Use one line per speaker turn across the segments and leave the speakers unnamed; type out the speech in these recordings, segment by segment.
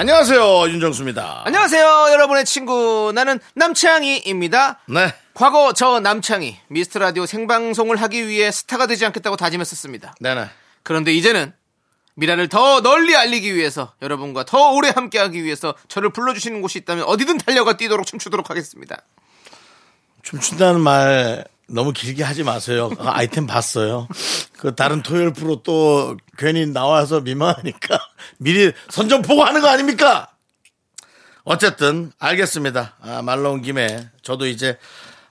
안녕하세요 윤정수입니다.
안녕하세요, 여러분의 친구. 나는 남창희입니다.
네.
과거 저 남창희, 미스터 라디오 생방송을 하기 위해 스타가 되지 않겠다고 다짐했었습니다.
네네.
그런데 이제는 미라를 더 널리 알리기 위해서, 여러분과 더 오래 함께하기 위해서 저를 불러주시는 곳이 있다면 어디든 달려가 뛰도록 춤추도록 하겠습니다.
춤춘다는 말 너무 길게 하지 마세요. 아, 아이템 봤어요. 그 다른 토요일 프로 또 괜히 나와서 미망하니까 미리 선전 보고 하는 거 아닙니까? 어쨌든 알겠습니다. 아, 말 나온 김에 저도 이제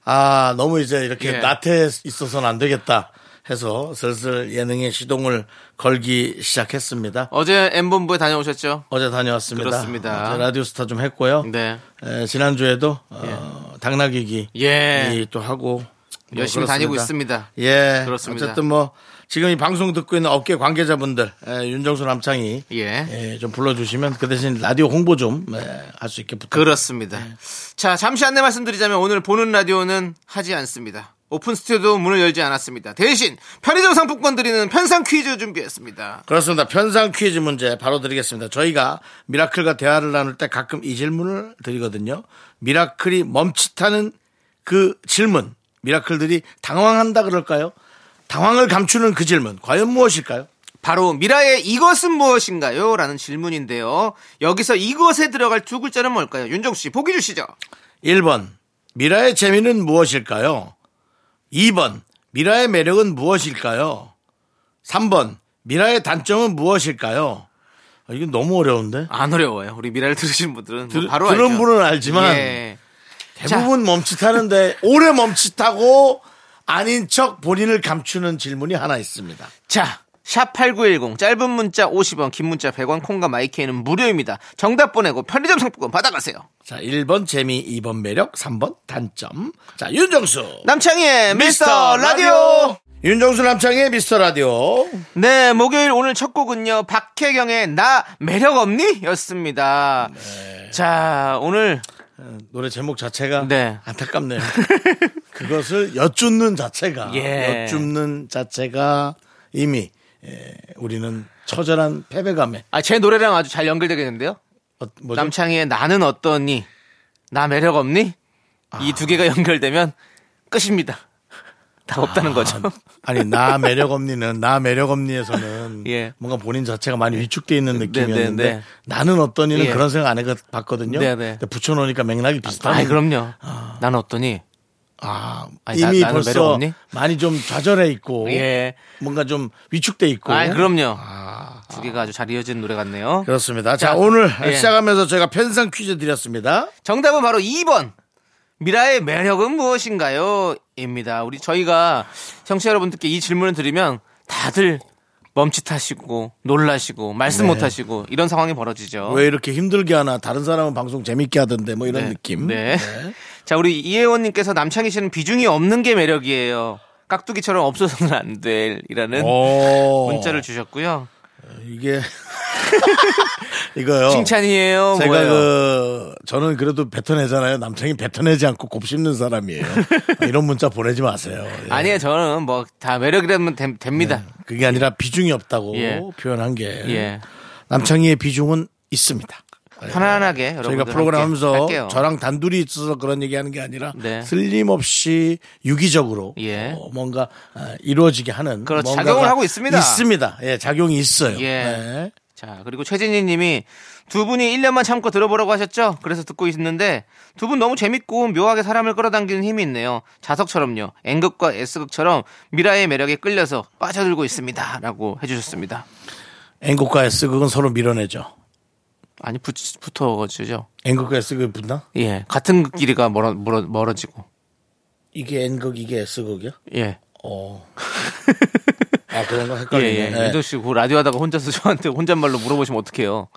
아 너무 이제 이렇게
예.
나태해 있어서는 안 되겠다 해서 슬슬 예능에 시동을 걸기 시작했습니다.
어제 M본부에 다녀오셨죠?
어제 다녀왔습니다.
그렇습니다.
어제 라디오스타 좀 했고요.
네.
에, 지난주에도 어, 당나귀기
예.
이또 하고 뭐
열심히
그렇습니다.
다니고 있습니다.
예,
그렇습니다.
어쨌든 뭐 지금 이 방송 듣고 있는 업계 관계자분들 에, 윤정수 남창이
예.
예, 좀 불러주시면 그 대신 라디오 홍보 좀 할 수 있게 부탁.
그렇습니다. 자, 잠시 안내 말씀드리자면 오늘 보는 라디오는 하지 않습니다. 오픈 스튜디오 문을 열지 않았습니다. 대신 편의점 상품권 드리는 편상 퀴즈 준비했습니다.
그렇습니다. 편상 퀴즈 문제 바로 드리겠습니다. 저희가 미라클과 대화를 나눌 때 가끔 이 질문을 드리거든요. 미라클이 멈칫하는 그 질문. 미라클들이 당황한다 그럴까요? 당황을 감추는 그 질문. 과연 무엇일까요?
바로 미라의 이것은 무엇인가요? 라는 질문인데요. 여기서 이것에 들어갈 두 글자는 뭘까요? 윤정 씨 보기 주시죠.
1번. 미라의 재미는 무엇일까요? 2번. 미라의 매력은 무엇일까요? 3번. 미라의 단점은 무엇일까요? 아, 이건 너무 어려운데?
안 어려워요. 우리 미라를 들으신 분들은 뭐
들-
바로
들은
알죠.
분은 알지만
예.
대부분 멈칫하는데 오래 멈칫하고 아닌 척 본인을 감추는 질문이 하나 있습니다.
자, 샵8910 짧은 문자 50원, 긴 문자 100원, 콩과 마이케이는 무료입니다. 정답 보내고 편의점 상품권 받아가세요.
자, 1번 재미, 2번 매력, 3번 단점. 자, 윤정수.
남창희의 미스터 라디오.
윤정수 남창의 미스터 라디오.
네, 목요일 오늘 첫 곡은요, 박혜경의 나 매력 없니? 였습니다. 네. 자, 오늘,
어, 노래 제목 자체가
네.
안타깝네요. 그것을 엿줍는 자체가
예.
엿줍는 자체가 이미 예, 우리는 처절한 패배감에
아, 제 노래랑 아주 잘 연결되겠는데요?
어, 뭐죠?
남창희의 나는 어떠니? 나 매력 없니? 이 두 개가 연결되면 끝입니다. 다 없다는 거죠.
아니 나 매력 없니는 나 매력 없니에서는
예.
뭔가 본인 자체가 많이 위축돼 있는 느낌이었는데
네, 네.
나는 어떠니는
예.
그런 생각 안 해봤거든요.
네, 네.
근데 붙여놓으니까 맥락이 비슷하네.
아이, 그럼요. 난 어떠니?
아,
아니, 나-
이미
나는 매력
벌써
없니?
많이 좀 좌절해 있고
예.
뭔가 좀 위축돼 있고.
아이, 그럼요. 두 개가 아주 잘 이어지는 노래 같네요.
그렇습니다. 자,
자,
오늘
예.
시작하면서 저희가 편상 퀴즈 드렸습니다.
정답은 바로 2번. 미라의 매력은 무엇인가요? 입니다. 우리 저희가 청취자 여러분들께 이 질문을 드리면 다들 멈칫하시고 놀라시고 말씀
네.
못하시고 이런 상황이 벌어지죠.
왜 이렇게 힘들게 하나? 다른 사람은 방송 재밌게 하던데 뭐 이런
네.
느낌.
네. 자, 우리 이혜원님께서 남창희 씨는 비중이 없는 게 매력이에요. 깍두기처럼 없어서는 안 될이라는
어. 오.
문자를 주셨고요.
이게 이거요.
칭찬이에요.
어. 제가
어, 뭐예요?
그 저는 그래도 뱉어내잖아요. 남창이 뱉어내지 않고 곱씹는 사람이에요. 이런 문자 보내지 마세요. 예.
아니에요. 저는 뭐 다 매력이라면 됨- 됩니다.
그게 아니라 비중이 없다고
예.
표현한 게
예.
남창희의 비중은 있습니다.
편안하게 여러분
저희가 프로그램 하면서
할게요.
저랑 단둘이 있어서 그런 얘기하는 게 아니라
네.
슬림없이 유기적으로
예.
어, 뭔가 아, 이루어지게 하는
그렇죠.
뭔가가
작용을 하고 있습니다.
있습니다. 예, 작용이 있어요.
예.
네.
자, 그리고 최진희 님이 두 분이 1년만 참고 들어보라고 하셨죠? 그래서 듣고 있는데 두 분 너무 재밌고 묘하게 사람을 끌어당기는 힘이 있네요. 자석처럼요. N극과 S극처럼 미라의 매력에 끌려서 빠져들고 있습니다. 라고 해주셨습니다.
N국과 S 극은 서로 밀어내죠.
아니, 붙, 붙어가지죠.
N국과 S 극이 붙나?
예. 같은 극끼리가 멀어, 멀어, 멀어지고.
이게 N극 이게 S 극이야?
예.
어. 아 그런 거
예,
헷갈리네. 예,
예. 윤정 씨, 그 라디오 하다가 혼자서 저한테 혼잣말로 물어보시면 어떡해요.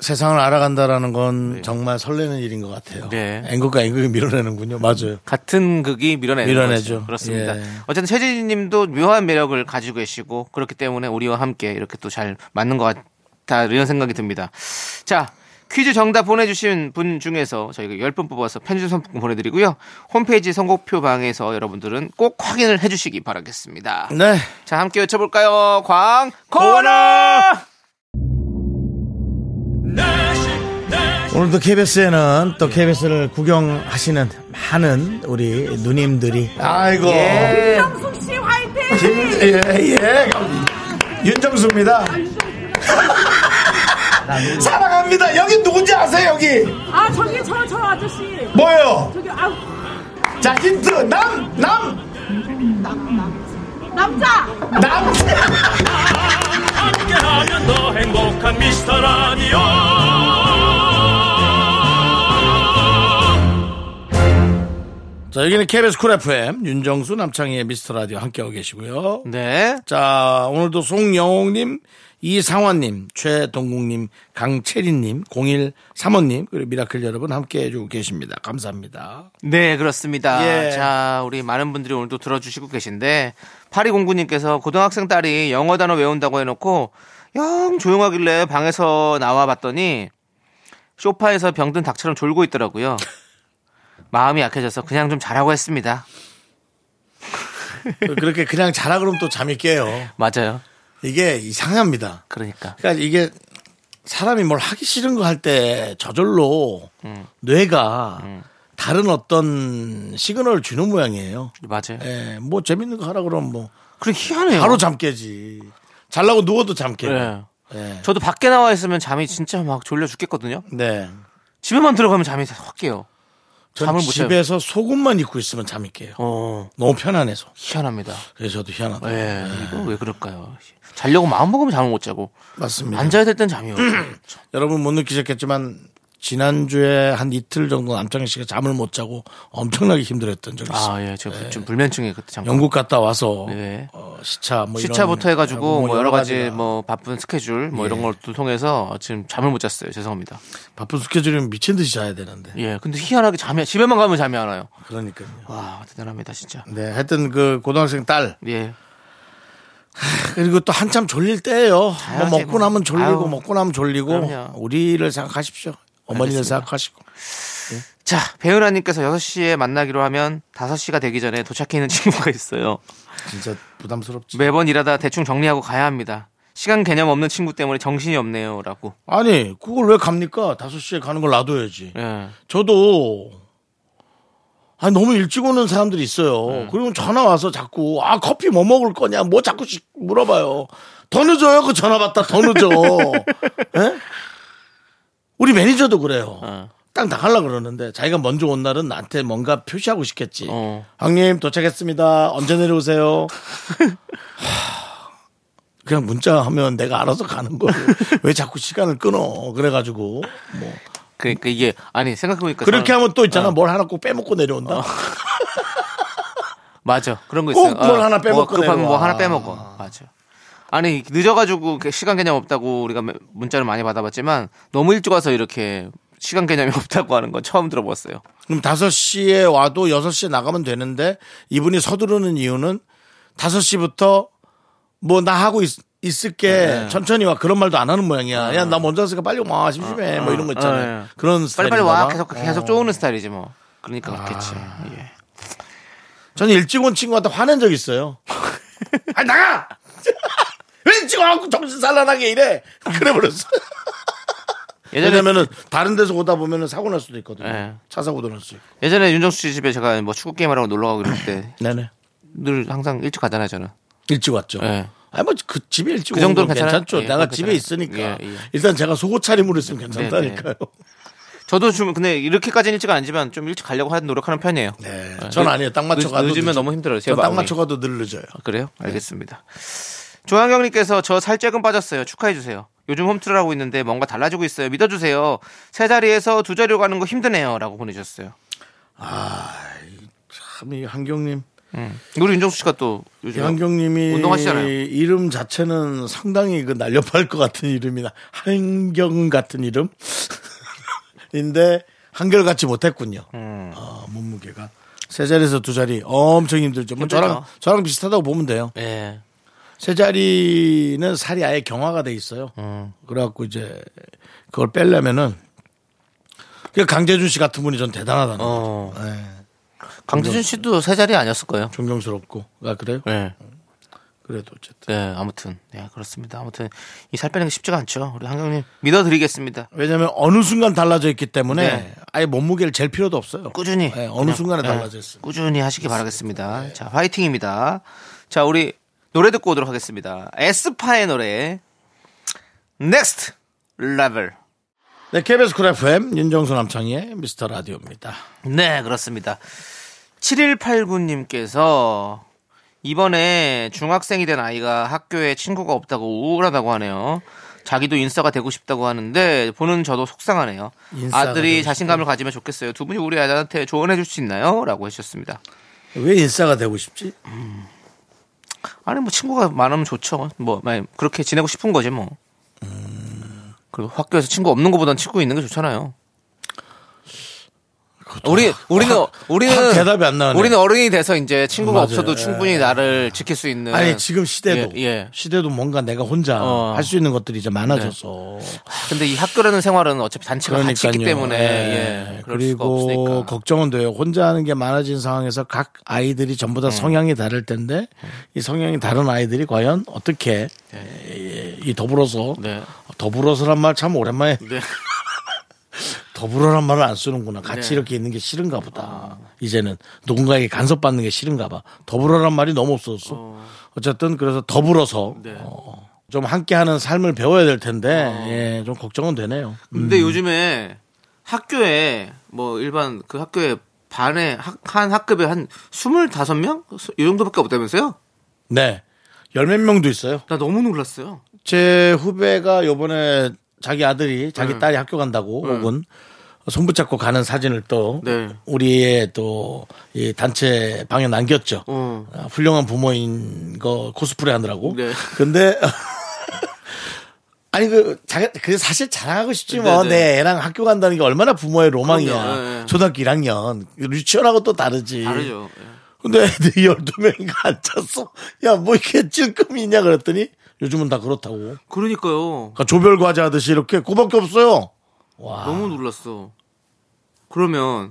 세상을 알아간다라는 건 정말 설레는 일인 것 같아요.
네.
앵극과 앵극이 밀어내는군요. 맞아요.
같은 극이 밀어내는
밀어내죠.
거죠. 그렇습니다.
예.
어쨌든 최진희님도 묘한 매력을 가지고 계시고 그렇기 때문에 우리와 함께 이렇게 또 잘 맞는 것 같다 이런 생각이 듭니다. 자. 퀴즈 정답 보내주신 분 중에서 저희가 10분 뽑아서 편집 선풍권 보내드리고요. 홈페이지 선곡표 방에서 여러분들은 꼭 확인을 해주시기 바라겠습니다.
네.
자, 함께 외쳐볼까요? 광고나!
내식 내식
오늘도 KBS에는 또 KBS를 구경하시는 많은 우리 누님들이 아이고
예.
예, 예. 윤정수입니다. 사랑합니다. 여기 누군지 아세요, 여기?
아 저기 저 저 아저씨
뭐예요?
저기 아
자, 힌트. 남, 남,
남자
남.
함께하면 더 행복한 미스터 라디오
자, 여기는 KBS 쿨 FM 윤정수 남창희의 미스터 라디오 함께하고 계시고요.
네.
자, 오늘도 송영옥님, 이상환님, 최동국님, 강채린님, 0135님, 그리고 미라클 여러분 함께 해주고 계십니다. 감사합니다.
네, 그렇습니다.
예.
자, 우리 많은 분들이 오늘도 들어주시고 계신데, 8209님께서 고등학생 딸이 영어 단어 외운다고 해놓고, 영 조용하길래 방에서 나와 봤더니, 소파에서 병든 닭처럼 졸고 있더라고요. 마음이 약해져서 그냥 좀 자라고 했습니다.
그렇게 그냥 자라 그러면 또 잠이 깨요.
맞아요.
이게 이상합니다.
그러니까.
그러니까 이게 사람이 뭘 하기 싫은 거 할 때 저절로
음.
뇌가 다른 어떤 시그널을 주는 모양이에요.
맞아요.
예, 뭐 재밌는 거 하라 그러면 뭐
네. 그리고 희한해요.
바로 잠 깨지. 잘라고 누워도 잠 깨고.
예.
예.
저도 밖에 나와 있으면 잠이 진짜 막 졸려 죽겠거든요.
네.
집에만 들어가면 잠이 확 깨요.
전
잠을 못 자요.
집에서 속옷만 입고 있으면 잠이 깨요.
어,
너무 편안해서.
희한합니다.
그래서 저도 희한하다.
예, 이거 왜 그럴까요? 자려고 마음 먹으면 잠을 못 자고
맞습니다.
앉아야 될 땐 잠이 오죠.
여러분 못 느끼셨겠지만 지난주에 한 이틀 정도 남창희 씨가 잠을 못 자고 엄청나게 힘들었던 적이 있어요.
아, 예, 저 좀 불면증에 그때 잠깐
영국 갔다 와서
네.
어, 시차 뭐 이런
시차부터 해가지고 뭐 여러 가지
가지가. 예.
뭐 바쁜 스케줄 뭐 이런 걸 통해서 지금 잠을 못 잤어요. 죄송합니다.
바쁜 스케줄이면 미친 듯이 자야 되는데
예, 근데 희한하게 잠이 집에만 가면 잠이 안 와요.
그러니까요.
와 대단합니다 진짜.
네, 하여튼 그 고등학생 딸
예,
그리고 또 한참 졸릴 때예요. 뭐
자야지
먹고
뭐.
나면 졸리고
아유.
먹고 나면 졸리고
그럼요.
우리를 생각하십시오. 어머니를
알겠습니다.
생각하시고
자 배우라님께서 6시에 만나기로 하면 5시가 되기 전에 도착해 있는 친구가 있어요.
진짜 부담스럽지.
매번 일하다 대충 정리하고 가야 합니다. 시간 개념 없는 친구 때문에 정신이 없네요라고.
아니 그걸 왜 갑니까? 5시에 가는 걸 놔둬야지.
예.
저도 아니 너무 일찍 오는 사람들이 있어요. 그리고 전화 와서 자꾸 아 커피 뭐 먹을 거냐 뭐 자꾸 시- 물어봐요. 더 늦어요 그 전화 받다 더 늦어. 예? 우리 매니저도 그래요.
어.
딱 나가려 그러는데 자기가 먼저 온 날은 나한테 뭔가 표시하고 싶겠지.
어.
형님 도착했습니다. 언제 내려오세요? 하, 그냥 문자하면 내가 알아서 가는 거예요. 왜 자꾸 시간을 끊어? 그래가지고 뭐
그러니까 이게 어. 아니 생각해보니까
그렇게
저는-
하면 또 있잖아. 뭘 하나 꼭 빼먹고 내려온다.
맞아 그런 거
꼭
있어요.
뭘 하나 빼먹고
뭐 급하면 뭐
내려와.
하나 빼먹어. 맞아. 아니 늦어가지고 그 시간 개념 없다고 우리가 매- 문자를 많이 받아봤지만 너무 일찍 와서 이렇게 시간 개념이 없다고 하는 건 처음 들어봤어요.
그럼 5시에 와도 6시에 나가면 되는데 이분이 서두르는 이유는 5시부터 뭐 나 하고 있, 을게
네.
천천히 와 그런 말도 안 하는 모양이야.
어.
야 나 먼저 왔으니까 빨리 와 심심해 뭐 이런 거 있잖아요.
네.
그런
어. 빨리빨리
스타일인가
와
봐.
계속
어. 아.
계속 쪼우는 스타일이지 뭐. 그러니까 그렇겠지. 예.
저는 일찍 온 친구한테 화낸 적 있어요. 아 나가! 왜 일찍 와갖고 정신 산란하게 이래? 그래 버렸어.
예전에
왜냐면은 다른 데서 오다 보면은 사고 날 수도 있거든요.
네.
차 사고도 날 수 있고.
예전에 윤정수 씨 집에 제가 뭐 축구 게임하라고 놀러 가고 그럴
네네.
때 늘 항상 일찍 가잖아요 저는.
일찍 왔죠.
예.
아니 뭐 그 집에 일찍
그
오는 건
정도는 괜찮아요?
괜찮죠.
예,
내가
그건
집에
괜찮아요.
있으니까
예, 예.
일단 제가 속옷 차림으로 있으면 괜찮다니까요.
저도 좀 근데 이렇게까지는 일찍 안 지만 좀 일찍 가려고 하- 노력하는 편이에요.
네, 전 아니에요. 딱 맞춰 가도
늦- 늦으면 너무 힘들어요. 제
딱
마음이.
맞춰 가도 늘 늦어요.
아, 그래요?
네.
알겠습니다. 조한경님께서 저 살짝은 빠졌어요. 축하해 주세요. 요즘 홈트를 하고 있는데 뭔가 달라지고 있어요. 믿어주세요. 세 자리에서 두 자리로 가는 거 힘드네요.라고 보내주셨어요.
참 이 한경님
음. 우리 윤정수 씨가 또 요즘
양경님이
네. 운동하시잖아요.
이름 자체는 상당히 그 날렵할 것 같은 이름이나 한경 같은 이름 인데 한결같지 못했군요.
음.
아, 몸무게가 세 자리에서 두 자리 엄청 힘들죠. 뭐
힘들죠.
저랑 저랑 비슷하다고 보면 돼요.
예.
세 자리는 살이 아예 경화가 돼 있어요. 그래갖고 이제 그걸 빼려면은 그 강재준 씨 같은 분이 전 대단하다는 거
어. 강재준 씨도 세 자리 아니었을 거예요.
존경스럽고 아 그래요?
예.
그래도 어쨌든
네, 아무튼 네, 그렇습니다. 아무튼 이 살 빼는 게 쉽지가 않죠. 우리 한경님 믿어드리겠습니다.
왜냐하면 어느 순간 달라져 있기 때문에
네.
아예 몸무게를 잴 필요도 없어요.
꾸준히
네, 어느
그냥,
순간에
네,
달라져 네. 있어요.
꾸준히 하시기 바라겠습니다. 자, 화이팅입니다. 자, 우리 노래 듣고 오도록 하겠습니다. 에스파의 노래 Next Level.
네, KBS 쿨 FM 윤정수 남창희의 미스터 라디오입니다.
네, 그렇습니다. 7189님께서 이번에 중학생이 된 아이가 학교에 친구가 없다고 우울하다고 하네요. 자기도 인싸가 되고 싶다고 하는데 보는 저도 속상하네요.
인싸가 되고
아들이
싶다.
자신감을 가지면 좋겠어요. 두 분이 우리 아들한테 조언해 줄 수 있나요? 라고 해주셨습니다.
왜 인싸가 되고 싶지?
아니 뭐 친구가 많으면 좋죠. 뭐 많이 그렇게 지내고 싶은 거지 뭐. 그리고 학교에서 친구 없는 것보단 친구 있는 게 좋잖아요. 우리 우리는
확
우리는
대답이 안 나오네.
우리는 어른이 돼서 이제 친구가
맞아요. 예.
없어도 충분히 나를 지킬 수 있는
아니 지금 시대도
네. 예, 예.
시대도 뭔가 내가 혼자
어. 네.
할 수 있는 것들이 이제 많아져서
근데 이 학교라는 생활은 어차피 단체가 같이 있기
그러니까요.
때문에
예.
예. 그럴 수가
그리고
없으니까.
걱정은 돼요. 혼자 하는 게 많아진 상황에서 각 아이들이 전부
음.
다 성향이 다를 텐데 이 성향이 다른 아이들이 과연 어떻게 예, 이 더불어서
네.
더불어서란 말 참 오랜만에
네.
더불어란 말을 안 쓰는구나. 같이
네. 아.
이렇게 있는 게 싫은가 보다. 이제는 누군가에게 간섭받는 게 싫은가 봐. 더불어란 말이 너무 없어졌어. 어. 쨌든 그래서 더불어서
네.
어, 좀 함께하는 삶을 배워야 될 텐데
어.
예, 좀 걱정은 되네요.
근데 요즘에 학교에 뭐 일반 그 학교에 반에 학, 한 학급에 한 25명? 이 정도밖에 없다면서요?
네. 열 몇 명도 있어요.
나 너무 놀랐어요.
제 후배가 요번에 자기 아들이 자기
네.
딸이 학교 간다고 혹은 손붙잡고 가는 사진을 또
네.
우리의 또 이 단체 방에 남겼죠.
어.
아, 훌륭한 부모인 거 코스프레 하느라고.
네.
근데 아니 그 자기 그 사실 자랑하고 싶지만 뭐.
네, 네.
내 애랑 학교 간다는 게 얼마나 부모의 로망이야.
그럼요. 네, 네.
초등학교 1학년 유치원하고 또 다르지.
다르죠. 예.
근데 애들이 12명인가 앉았어. 야, 뭐 이렇게 찔끔이 있냐 그랬더니 요즘은 다 그렇다고. 그러니까
그러니까요.
조별 과제 하듯이 이렇게 그밖에 없어요.
너무 놀랐어. 그러면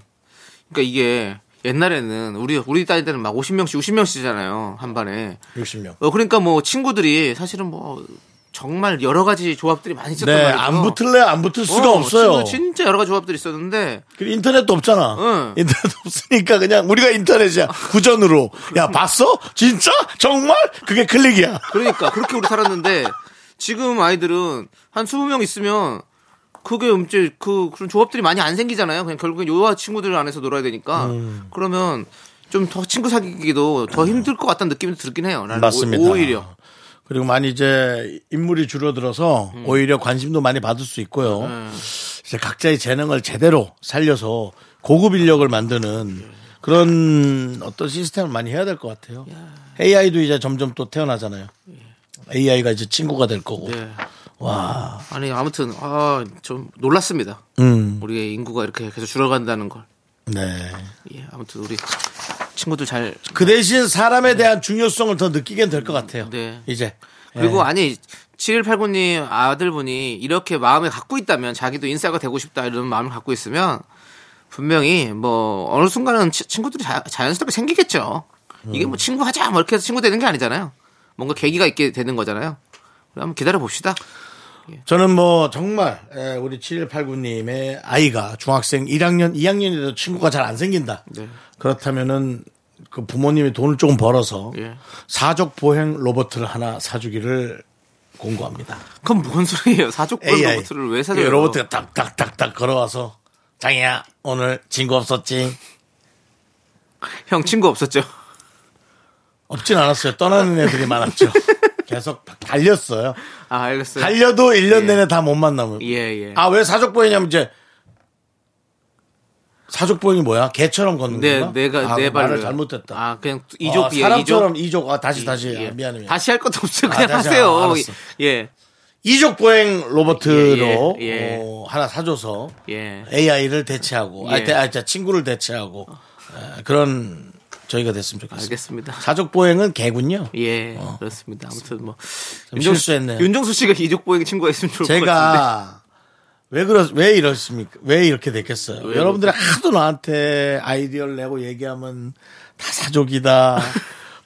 그러니까 이게 옛날에는 우리 우리 딸 때는 막 50명씩 60명씩이잖아요 한 반에.
60명.
어 그러니까 뭐 친구들이 사실은 뭐 정말 여러 가지 조합들이 많이 있었단
네,
말이죠.
안 붙을래 안 붙을 수가
어,
없어요.
친구 진짜 여러 가지 조합들이 있었는데
그리고 인터넷도 없잖아.
응.
인터넷 없으니까 그냥 우리가 인터넷이야. 구전으로. 야, 봤어? 진짜? 정말? 그게 클릭이야.
그러니까 그렇게 우리 살았는데 지금 아이들은 한 20명 있으면 그게 이제 그 그런 조합들이 많이 안 생기잖아요. 그냥 결국엔 요와 친구들 안에서 놀아야 되니까
음.
그러면 좀 더 친구 사귀기도 더 힘들 것 같다는 느낌이 들긴 해요. 나는
맞습니다.
오- 오히려
그리고 많이 이제 인물이 줄어들어서
음.
오히려 관심도 많이 받을 수 있고요.
네.
이제 각자의 재능을 제대로 살려서 고급 인력을 만드는 그런 어떤 시스템을 많이 해야 될 것 같아요.
예.
AI도 이제 점점 또 태어나잖아요. AI가 이제 친구가 될 거고.
네.
와.
아니 아무튼 아 좀 놀랐습니다.
음.
우리의 인구가 이렇게 계속 줄어간다는 걸.
네.
예, 아무튼 우리 친구들 잘
그 대신 사람에 대한 중요성을 더 느끼게 될 것 같아요.
네.
이제. 예.
그리고 아니 7189님 아들분이 이렇게 마음을 갖고 있다면 자기도 인싸가 되고 싶다 이런 마음을 갖고 있으면 분명히 뭐 어느 순간은 치- 친구들이 자, 연스럽게 생기겠죠. 이게
음.
뭐 친구 하자 뭐 이렇게 해서 친구 되는 게 아니잖아요. 뭔가 계기가 있게 되는 거잖아요. 우리 한번 기다려 봅시다.
저는 뭐 정말 에, 우리 7189님의 아이가 중학생 1학년, 2학년이라도 친구가 잘 안 생긴다.
네.
그렇다면은 그 부모님이 돈을 조금 벌어서
예.
사족 보행 로봇을 하나 사주기를 공고합니다.
그건 뭔 소리예요? 사족권 로봇을 왜 사줘요?
이 로봇이 딱딱딱딱 걸어와서 장이야 오늘 친구 없었지?
형 친구 없었죠?
없진 않았어요. 떠나는 애들이 많았죠. 계속 달렸어요.
아 알겠어요.
달려도 아, 1년
예.
내내 다 못 만나면
예 예.
아 왜 사족 보이냐면 이제 사족보행이 뭐야? 개처럼 걷는
네, 내
건가?
내가
아,
내 발을
말을 잘못했다.
아 그냥
아,
이족이에요.
사람처럼 이족. 아, 다시 다시.
예.
아, 미안해. 요
다시 할 것도 없어요.
아,
그냥
다시,
하세요.
아, 알았어.
예.
이족 보행 로버트로
예, 예, 예.
어, 하나 사줘서
예.
AI를 대체하고
예.
아, 대, 아, 자, 친구를 대체하고 아, 그런 저희가 됐으면 좋겠습니다.
알겠습니다.
사족 보행은 개군요.
예. 그렇습니다. 아무튼 뭐
어. 좀 실수했네요.
윤정수 씨가 이족 보행 친구가 있으면 좋을 것 같은데.
제가 왜 그러 왜 이렇습니까? 왜 이렇게 됐겠어요?
왜
여러분들이 하도 나한테 아이디어를 내고 얘기하면 다 사족이다.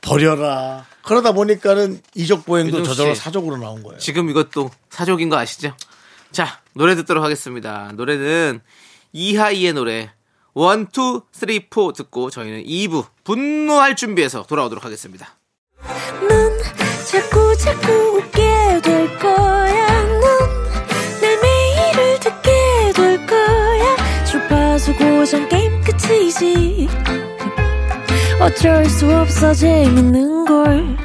버려라. 그러다 보니까 이족 보행도
윤정수
저절로
씨.
사족으로 나온 거예요.
지금 이것도 사족인 거 아시죠? 자, 노래 듣도록 하겠습니다. 노래는 이하이의 노래 1 2 3 4 듣고 저희는 2부 분노할 준비해서 돌아오도록 하겠습니다.
넌 자꾸 자꾸 웃게 될 거야. 넌내 매일을 듣게 될 거야. 주파수 고정 게임 끝이지. 어쩔 수 없어 재밌는 걸.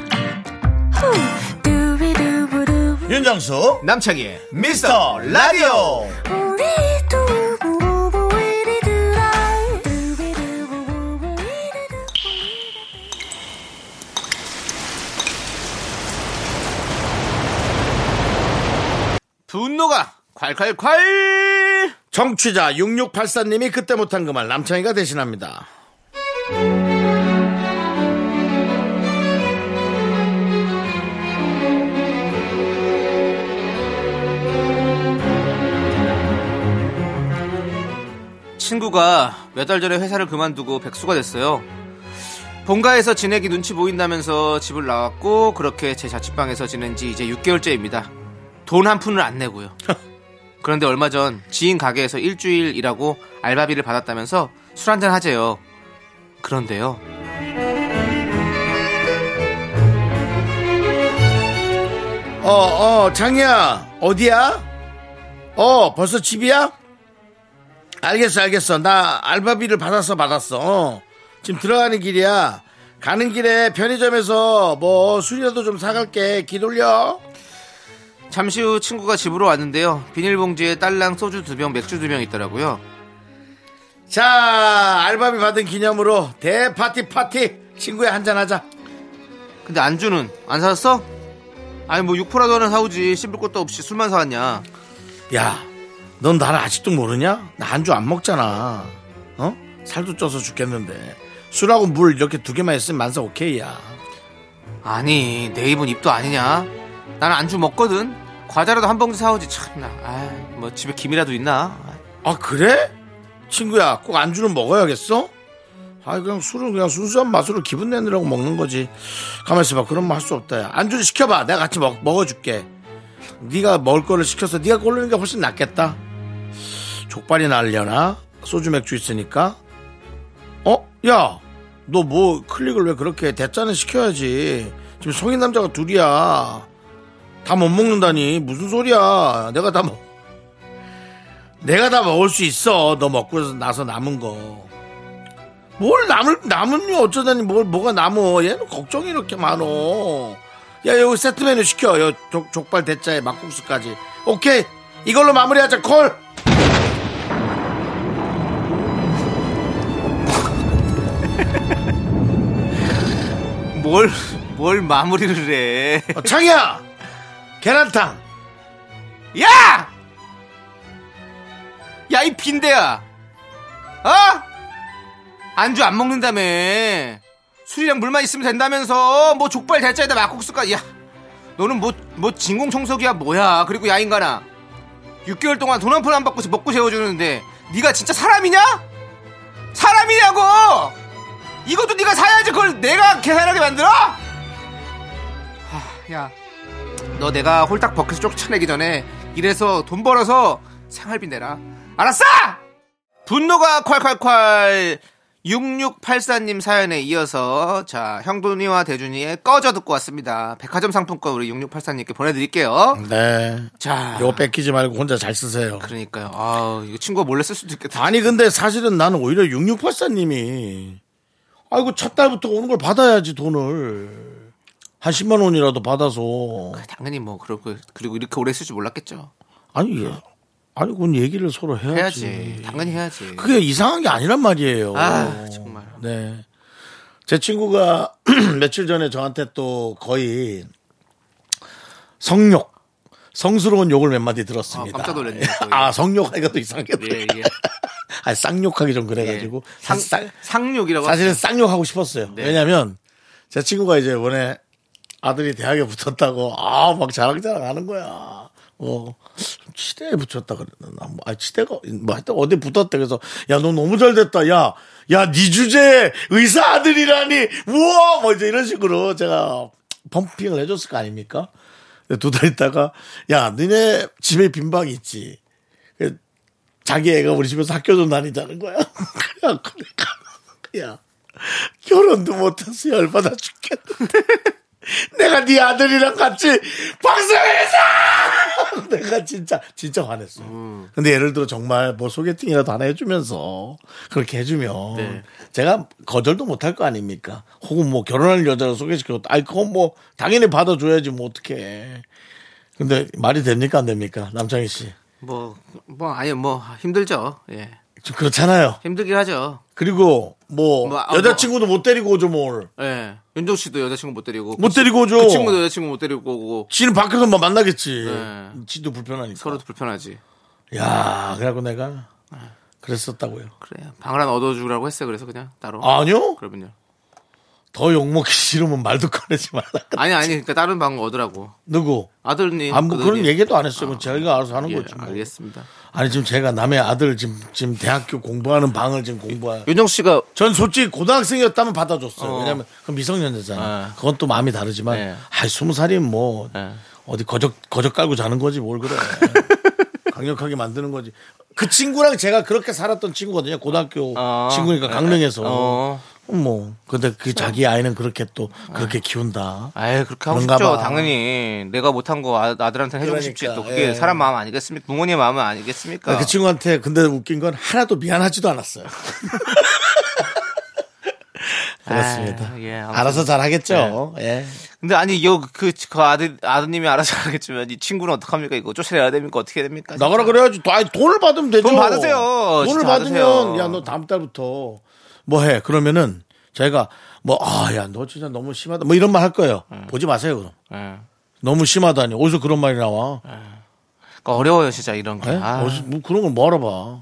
후. 두비두부두.
윤정수
남창희의
미스터 라디오.
우리 두부부부 우리 두라. 두비두부부부 우리 두부부.
분노가 콸콸콸!
정취자 6684님이 그때 못한 그 말 남창희가 대신합니다.
친구가 몇 달 전에 회사를 그만두고 백수가 됐어요. 본가에서 지내기 눈치 보인다면서 집을 나왔고 그렇게 제 자취방에서 지낸 지 이제 6개월째입니다. 돈 한 푼을 안 내고요. 그런데 얼마 전 지인 가게에서 일주일 일하고 알바비를 받았다면서 술 한잔 하재요. 그런데요.
어, 어, 장희야, 어디야? 어, 벌써 집이야? 알겠어, 알겠어. 나 알바비를 받았어, 받았어. 어. 지금 들어가는 길이야. 가는 길에 편의점에서 뭐 술이라도 좀 사갈게. 기 돌려.
잠시 후 친구가 집으로 왔는데요. 비닐봉지에 딸랑 소주 두 병, 맥주 두 병 있더라고요.
자, 알바비 받은 기념으로 대파티 파티. 친구야, 한잔하자.
근데 안주는 안 사왔어? 아니 뭐 육포라도 하나 사오지 씹을 것도 없이 술만 사왔냐.
야, 넌 나를 아직도 모르냐? 나 안주 안 먹잖아. 어? 살도 쪄서 죽겠는데. 술하고 물 이렇게 두 개만 있으면 만사 오케이야.
아니 내 입은 입도 아니냐 나는 안주 먹거든 과자라도 한 봉지 사오지 참나 아뭐 집에 김이라도 있나
아, 그래? 친구야, 꼭 안주는 먹어야겠어? 아, 그냥 술은 그냥 순수한 맛으로 기분 내느라고 먹는 거지. 가만있어 봐. 그런 말 할 수 없다. 야. 안주를 시켜봐. 내가 같이 먹, 먹어줄게. 네가 먹을 거를 시켜서 네가 고르는 게 훨씬 낫겠다. 족발이 날려나? 소주 맥주 있으니까. 어? 야, 너 뭐 클릭을 왜 그렇게 대짜는 시켜야지. 지금 성인 남자가 둘이야. 다 못 먹는다니 무슨 소리야? 내가 다 먹. 내가 다 먹을 수 있어. 너 먹고 나서 남은 거. 뭘 남을 남은요 어쩌다니 뭘 뭐가 남어? 얘는 걱정이 이렇게 많어. 야 여기 세트 메뉴 시켜. 여 족, 족발 대짜에 막국수까지. 오케이 이걸로 마무리하자 콜.
뭘 뭘 마무리를 해
어, 창이야 계란탕.
야! 야 이 빈대야 어? 안주 안 먹는다며 술이랑 물만 있으면 된다면서 뭐 족발 대짜에다 막국수까지 야 너는 뭐, 뭐 진공청소기야 뭐야 그리고 야 인간아 6개월 동안 돈 한 푼 안 받고 먹고 재워주는데 네가 진짜 사람이냐? 사람이냐고! 이것도 네가 사야지 그걸 내가 계산하게 만들어? 하, 야, 너 내가 홀딱 벗겨서 쫓아내기 전에 이래서 돈 벌어서 생활비 내라. 알았어! 분노가 콸콸콸 6684님 사연에 이어서 자 형돈이와 대준이의 꺼져 듣고 왔습니다. 백화점 상품권 우리 6684님께 보내드릴게요.
네.
자
이거 뺏기지 말고 혼자 잘 쓰세요.
그러니까요. 아, 이거 친구가 몰래 쓸 수도 있겠다.
아니 근데 사실은 나는 오히려 6684님이 아이고 첫 달부터 오는 걸 받아야지 돈을 한 10만 원이라도 받아서
당연히 뭐 그렇고 그리고 이렇게 오래 쓸 줄 몰랐겠죠.
아니 예. 아니 그건 얘기를 서로 해야지.
해야지. 당연히 해야지.
그게 이상한 게 아니란 말이에요.
아, 정말.
네. 제 친구가 며칠 전에 저한테 또 거의 성욕, 성스러운 욕을 몇 마디 들었습니다.
아, 깜짝 놀랐네요, 거의.
아, 성욕하기가 또 이상하게.
예, 예.
아, 쌍욕하기 좀 그래가지고.
상,
쌍-
상욕이라고.
사실은 쌍욕하고 싶었어요.
네.
왜냐면 제 친구가 이제 이번에 아들이 대학에 붙었다고 아 막 자랑자랑 하는 거야. 어 치대에 붙였다 그랬나? 뭐, 아 치대가 뭐 하여튼 어디 붙었대 그래서 야 너 너무 잘 됐다 야 야 네 주제에 의사 아들이라니 우와 뭐 이제 이런 식으로 제가 펌핑을 해줬을 거 아닙니까? 두 달 있다가 야 너네 집에 빈 방 있지? 그래, 자기 애가 우리 집에서 학교 좀 다니자는 거야. 그냥 그러니까 야 결혼도 못해서 열받아 죽겠는데 내가 네 아들이랑 같이 방송에서 내가 진짜 진짜 화냈어. 근데 예를 들어 정말 뭐 소개팅이라도 하나 해주면서 그렇게 해주면
네.
제가 거절도 못할 거 아닙니까? 혹은 뭐 결혼할 여자를 소개시켜도 아이 그건 뭐 당연히 받아줘야지 뭐 어떡해. 근데 말이 됩니까 안 됩니까 남창희 씨?
뭐, 뭐, 아예 뭐, 힘들죠. 예.
좀 그렇잖아요.
힘들긴 하죠.
그리고 뭐
뭐, 아,
여자친구도 못 데리고 오죠 뭘.
예. 윤종 씨도 여자친구 못 데리고.
못
그
데리고
친-
오죠.
그 친구도 여자친구 못 데리고 오고.
지는 밖에서 막 만나겠지.
네.
지도 불편하니까.
서로도 네. 불편하지.
야, 그래갖고 내가 그랬었다고요.
그래. 방을 하나 얻어주라고 했어요. 그래서 그냥 따로.
아니요?
그러면요.
더 욕먹기 싫으면 말도 꺼내지 말라.
아니, 아니. 그러니까 다른 방 얻으라고.
누구?
아들님.
아, 뭐 그런
아드님.
얘기도 안 했어요. 그건 저희가 알아서 하는
예,
거지. 뭐.
알겠습니다.
아니, 지금 제가 남의 아들 지금, 지금 대학교 공부하는 방을 지금 공부할.
윤종 씨가
전 솔직히 고등학생이었다면 받아줬어요.
어.
왜냐면 그 미성년자잖아.
네.
그건 또 마음이 다르지만,
네.
아, 스무 살이면 뭐
네.
어디 거적 거적 깔고 자는 거지 뭘 그래. 강력하게 만드는 거지. 그 친구랑 제가 그렇게 살았던 친구거든요. 고등학교
어.
친구니까 강릉에서.
어.
뭐 근데 그 자기 아이는 그렇게 또 그렇게 키운다.
아유 그렇게 하고
그런가
싶죠
봐.
당연히 내가 못한 거 아- 아들한테 해주고
그러니까,
싶지 또 그게
예.
사람 마음 아니겠습니까 부모님 마음 아니겠습니까
그 친구한테 근데 웃긴 건 하나도 미안하지도 않았어요. 그렇습니다.
아유, 예, 아무튼. 네.
알아서 잘 하겠죠. 예.
근데 아니 요그 그 아들 아드님이 알아서 하겠지만 이 친구는 어떡합니까 이거 쫓아내야 됩니까 어떻게 해야 됩니까
나가라 그래야지. 또, 아니, 돈을 받으면 되죠.
돈 받으세요.
돈을
진짜
받으면
받으세요.
야 너 다음 달부터 뭐 해? 그러면은 제가 뭐 아 야 너 진짜 너무 심하다. 뭐 이런 말 할 거예요.
음.
보지 마세요 그럼.
예.
너무 심하다니. 어디서 그런 말이 나와?
그러니까 어려워요 진짜 이런 게
예?
아, 예.
어디서 뭐 그런 걸 뭐 알아봐.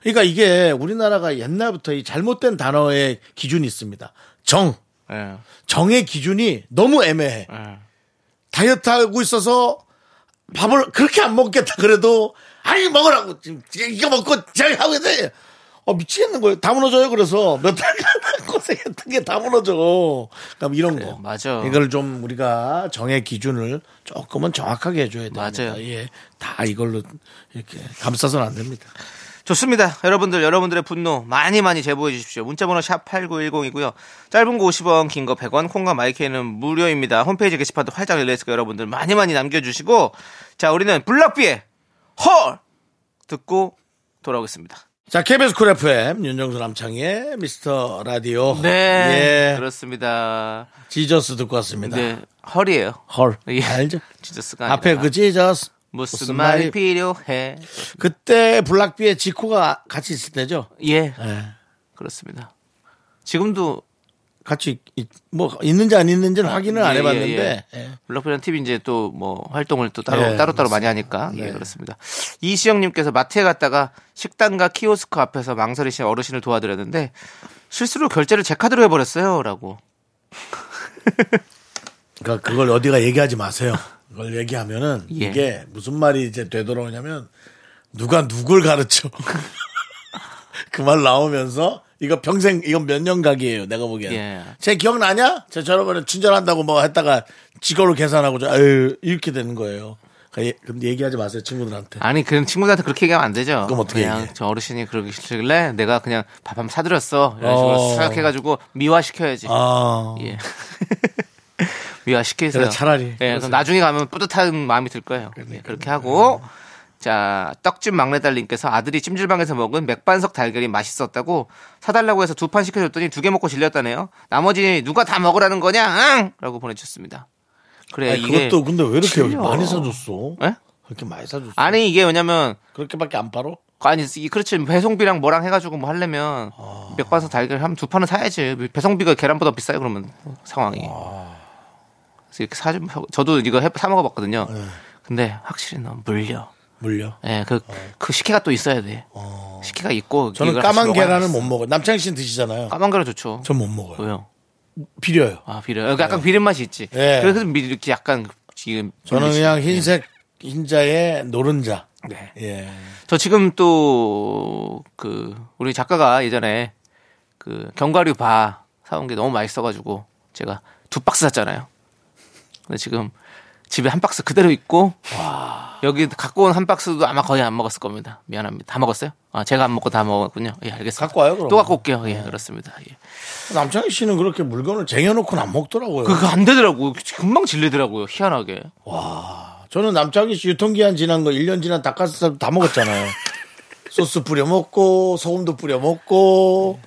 그러니까 이게 우리나라가 옛날부터 이 잘못된 단어의 기준이 있습니다. 정.
예.
정의 기준이 너무 애매해.
예.
다이어트 하고 있어서 밥을 그렇게 안 먹겠다 그래도 아니 먹으라고 지금 이거 먹고 제일 하고 있네. 어 미치겠는 거예요. 다 무너져요. 그래서 몇 달간 고생했던 게 다 무너져. 그럼 이런 거
맞아.
이걸 좀 우리가 정의 기준을 조금은 정확하게 해줘야 됩니다.
맞아요.
예, 다 이걸로 이렇게 감싸서는 안 됩니다.
좋습니다. 여러분들 여러분들의 분노 많이 많이 제보해 주십시오. 문자번호 샵 8910이고요. 짧은 거 50원, 긴 거 100원, 콩과 마이크는 무료입니다. 홈페이지 게시판도 활짝 열려 있으니까 여러분들 많이 많이 남겨주시고 자 우리는 블락비의 헐 듣고 돌아오겠습니다.
자, KBS 쿨 FM 윤정수 남창의 미스터 라디오.
네,
예,
그렇습니다.
지저스 듣고 왔습니다.
네, 헐이에요.
헐.
예.
알죠?
진짜 쓰가
앞에 그 지저스.
아, 무슨 말이 필요해?
그때 블락비의 지코가 같이 있을 때죠.
예,
예.
그렇습니다. 지금도
같이 있- 뭐 있는지 안 있는지는 확인을 안
예,
해봤는데
예, 예.
예.
블락비란 팀이 이제 또 뭐 활동을 또 따로
예, 네.
따로 따로 많이 하니까 예 그렇습니다. 이시영님께서 마트에 갔다가 식당과 키오스크 앞에서 망설이신 어르신을 도와드렸는데 실수로 결제를 제 카드로 해버렸어요라고.
그러니까 그걸 어디가 얘기하지 마세요. 그걸 얘기하면은
예.
이게 무슨 말이 이제 되돌아오냐면 누가 누굴 가르쳐 그 말 나오면서 이거 평생 이건 몇 년 각이에요. 내가 보기에는
예.
제 기억 나냐? 제 저러면 친절한다고 뭐 했다가 지걸로 계산하고 저 아유 이렇게 되는 거예요. 그러니까 예- 근데 얘기하지 마세요 친구들한테.
아니 그런 친구들한테 그렇게 얘기하면 안 되죠.
그럼 어떻게
그냥
얘기해?
저 어르신이 그러기 싫길래 내가 그냥 밥 한번 사드렸어 이런 식으로
어.
생각해가지고 미화시켜야지.
아
예. 미화시키세요.
음. 그래, 차라리.
예,
그러세요.
그럼 나중에 가면 뿌듯한 마음이 들 거예요. 예, 그렇게 하고. 자, 떡집 막내딸님께서 아들이 찜질방에서 먹은 맥반석 달걀이 맛있었다고 사달라고 해서 두 판 시켜줬더니 두 개 먹고 질렸다네요. 나머지 누가 다 먹으라는 거냐? 응! 라고 보내주셨습니다. 그래,
아니,
이게.
그것도 근데 왜 이렇게
틀려.
많이 사줬어?
예?
그렇게 많이 사줬어.
아니 이게 왜냐면
그렇게밖에 안 팔어?
아니 이- 그렇지 배송비랑 뭐랑 해가지고 뭐 하려면
아.
맥반석 달걀 한 두 판은 사야지 배송비가 계란보다 비싸요 그러면 상황이
아.
그래서 이렇게 사좀 저도 이거 해- 사 먹어봤거든요
네.
근데 확실히 너무 물려
물려.
예그 그 식혜가 또 있어야 돼 식혜가 있고
아. 저는
이걸 같이
까만
먹어야
계란을
돼.
못 먹어요. 남창희 씨는 드시잖아요.
까만 계란 좋죠
전 못 먹어요.
왜요
비려요.
아 비려 그러니까 약간 비린 맛이 있지
네.
그래서 미- 이렇게 약간 지금
저는
물리지.
그냥 흰색 흰자에 노른자.
네.
예.
저 지금 또 그 우리 작가가 예전에 그 견과류 바 사온 게 너무 맛있어가지고 제가 두 박스 샀잖아요. 근데 지금 집에 한 박스 그대로 있고 여기 갖고 온 한 박스도 아마 거의 안 먹었을 겁니다. 미안합니다. 다 먹었어요? 아 제가 안 먹고 다 먹었군요. 예 알겠습니다.
갖고 와요, 네. 그럼.
또 갖고 올게요. 예 그렇습니다. 예.
남창희 씨는 그렇게 물건을 쟁여놓고는 안 먹더라고요.
그거 안 되더라고. 금방 질리더라고요. 희한하게.
저는 남창희 씨 유통기한 지난 거 1년 지난 닭가슴살 다 먹었잖아요. 소스 뿌려 먹고 소금도 뿌려 먹고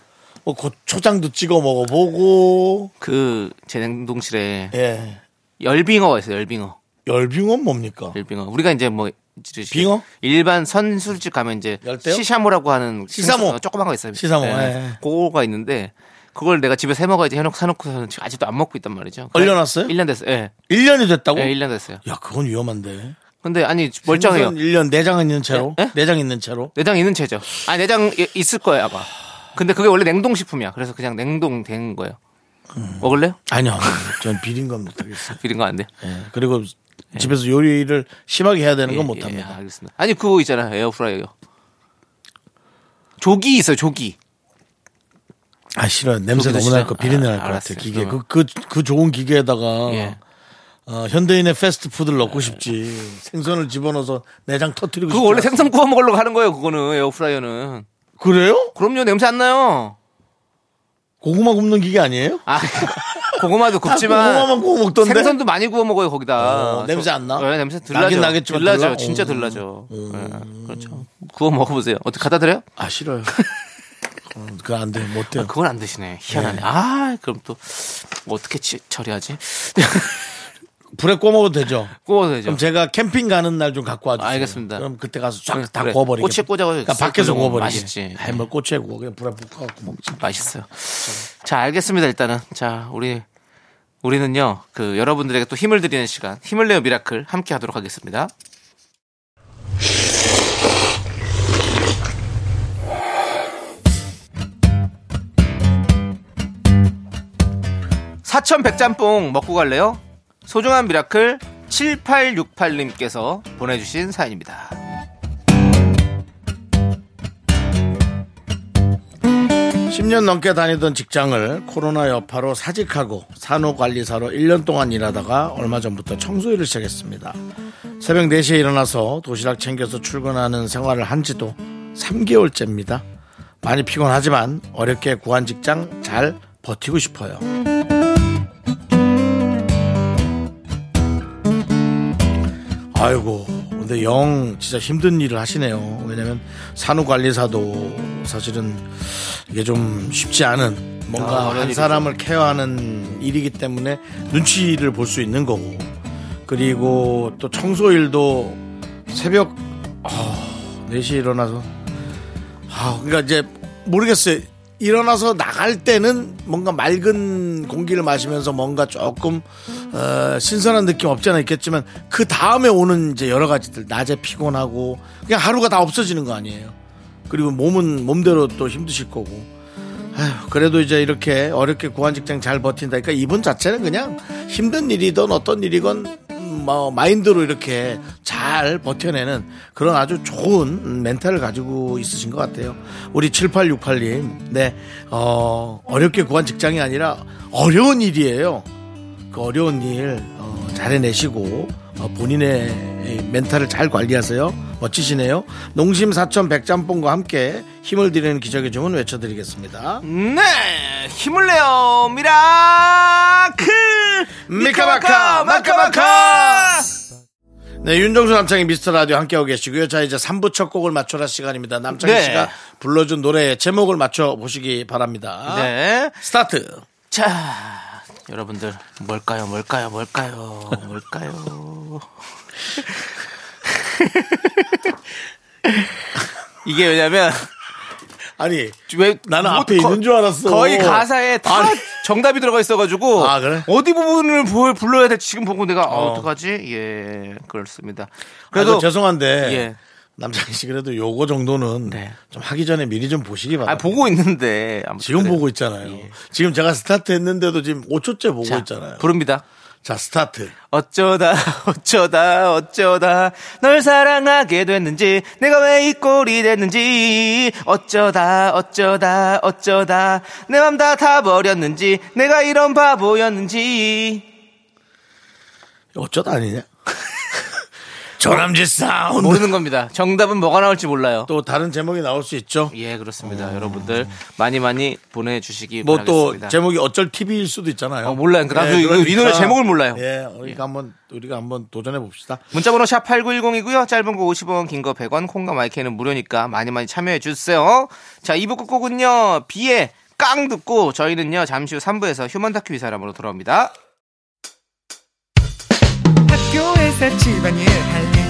뭐 고초장도 찍어 먹어보고
그 제 냉동실에
예
열빙어가 있어요. 열빙어.
열빙은 뭡니까?
열빙어. 우리가 이제 뭐 이제
빙어?
일반 선술집 가면 이제
열대요?
시샤모라고 하는
시사모.
생선, 어, 조그만 거 있어요.
시사모, 예.
그거가 있는데 그걸 내가 집에 해 먹어야지 해놓고 사놓고서는 지금 아직도 안 먹고 있단 말이죠.
얼려놨어요?
1년 됐어요. 예.
1년이 됐다고?
예, 1년 됐어요.
야 그건 위험한데.
근데 아니 멀쩡해요.
1년 내장 있는 채로
예? 예?
내장 있는 채로
내장 있는 채죠. 아 내장 이- 있을 거예요 아마. 근데 그게 원래 냉동식품이야. 그래서 그냥 냉동된 거예요.
음.
먹을래요?
아니요 전 비린 건 못하겠어요.
비린 거 안 돼.
예, 그리고 집에서 요리를 심하게 해야 되는 건 못합니다.
예, 알겠습니다. 네. 아니 그거 있잖아요. 에어프라이어. 조기 있어요. 조기.
아 싫어요 냄새
그렇게
너무 날
드시죠?
거 비린내 날
아,
것
알았어요.
같아요. 기계
그러면.
그 그 그 좋은 기계에다가
예.
어, 현대인의 패스트푸드를 넣고 싶지. 생선을 집어넣어서 내장 터뜨리고
그거
싶지
원래
않습니다.
생선 구워 먹으려고 하는 거예요, 그거는, 에어프라이어는.
그래요?
그럼요, 냄새 안 나요.
고구마 굽는 기계 아니에요?
아, 고구마도
다
굽지만.
아, 고구마만 구워 먹던데?
생선도 많이 구워 먹어요, 거기다.
어, 냄새 안 나?
네, 냄새
나긴
들나죠.
나겠지만
들나죠.
들나?
진짜
음.
들나죠. 네, 그렇죠. 구워 먹어보세요. 어떻게 갖다 드려요?
아 싫어요. 그 안 돼, 못 돼요.
아, 그건 안 드시네. 희한하네. 아, 그럼 또, 뭐 어떻게 치- 처리하지?
불에 구워 먹어도 되죠.
구워서 되죠.
그럼 제가 캠핑 가는 날 좀 갖고 와주세요.
네. 알겠습니다.
그럼 그때 가서 쫙 다
그래,
구워버리게.
꼬치에 꽂아가지고
그러니까
싹
밖에서
끓여먹으면
구워버리게.
맛있지. 네.
아이, 뭘 꼬치에 구워. 그냥 불에 푹갖고 먹지.
맛있어요. 자, 알겠습니다. 일단은 자, 우리 우리는요. 그 여러분들에게 또 힘을 드리는 시간, 힘을 내어 미라클 함께 하도록 하겠습니다. 사천 백짬뽕 먹고 갈래요? 소중한 미라클 7868님께서 보내주신 사연입니다.
십 년 넘게 다니던 직장을 코로나 여파로 사직하고 산후관리사로 일 년 동안 일하다가 얼마 전부터 청소일을 시작했습니다. 새벽 4시에 일어나서 도시락 챙겨서 출근하는 생활을 한 지도 3개월째입니다. 많이 피곤하지만 어렵게 구한 직장 잘 버티고 싶어요. 아이고 근데 영 진짜 힘든 일을 하시네요 왜냐면 산후관리사도 사실은 이게 좀 쉽지 않은
아,
뭔가
어려운
한
일이죠.
사람을 케어하는 일이기 때문에 눈치를 볼 수 있는 거고 그리고 또 청소일도 새벽 아, 4시에 일어나서 아, 그러니까 이제 모르겠어요. 일어나서 나갈 때는 뭔가 맑은 공기를 마시면서 뭔가 조금 어, 신선한 느낌 없지 않아 있겠지만 그 다음에 오는 이제 여러 가지들 낮에 피곤하고 그냥 하루가 다 없어지는 거 아니에요. 그리고 몸은 몸대로 또 힘드실 거고. 아휴, 그래도 이제 이렇게 어렵게 구한 직장 잘 버틴다니까 이분 자체는 그냥 힘든 일이든 어떤 일이건 음, 뭐 마인드로 이렇게 잘 버텨내는 그런 아주 좋은 음, 멘탈을 가지고 있으신 것 같아요. 우리 7868님, 네, 어, 어렵게 구한 직장이 아니라 어려운 일이에요. 그 어려운 일 어, 잘 해내시고 어, 본인의 멘탈을 잘 관리하세요. 멋지시네요. 농심 사천 백짬뽕과 함께 힘을 드리는 기적의 주문 외쳐드리겠습니다.
네 힘을 내요 미라클
미카마카, 마카마카! 네, 윤정수 남창희 미스터 라디오 함께하고 계시고요. 자, 이제 3부 첫 곡을 맞춰라 시간입니다. 남창희
네.
씨가 불러준 노래 제목을 맞춰보시기 바랍니다.
네자
스타트.
여러분들 뭘까요 뭘까요 뭘까요 뭘까요 이게 왜냐면
아니
왜
나는
못-
앞에 있는 줄 알았어.
뭐 거의 가사에 다
아니.
정답이 들어가 있어가지고
아, 그래?
어디 부분을 부- 불러야 될지 지금 보고 내가 아,
어.
어떡하지? 예 그렇습니다.
그래도
그래도
죄송한데
예.
남창희 씨 그래도 요거 정도는
네.
좀 하기 전에 미리 좀 보시기
아,
바랍니다.
보고 있는데 아무튼
지금
그래요. 예.
보고 있잖아요. 지금 제가 스타트 했는데도 지금 5초째 보고
자,
있잖아요.
부릅니다.
자 스타트.
어쩌다 어쩌다 어쩌다 널 사랑하게 됐는지 내가 왜 이 꼴이 됐는지 어쩌다 어쩌다 어쩌다 내 맘 다 타버렸는지 내가 이런 바보였는지
어쩌다 아니냐? 조남지 사운드.
모르는 겁니다. 정답은 뭐가 나올지 몰라요.
또 다른 제목이 나올 수 있죠.
예 그렇습니다. 여러분들 많이 많이 보내주시기
뭐 또
바라겠습니다.
제목이 어쩔 TV일 수도 있잖아요.
어, 몰라요. 나도 이거 이 노래 제목을 몰라요.
예, 그러니까 한번 우리가 한번 도전해 봅시다.
문자번호 샵 8910이고요. 짧은 거 50원, 긴 거 100원, 콩과 마이크는 무료니까 많이 많이 참여해 주세요. 자, 2부 끝곡은요. 비에 깡 듣고 저희는요. 잠시 후 3부에서 휴먼 다큐 이 사람으로 돌아옵니다.
학교에서 집안일 할 일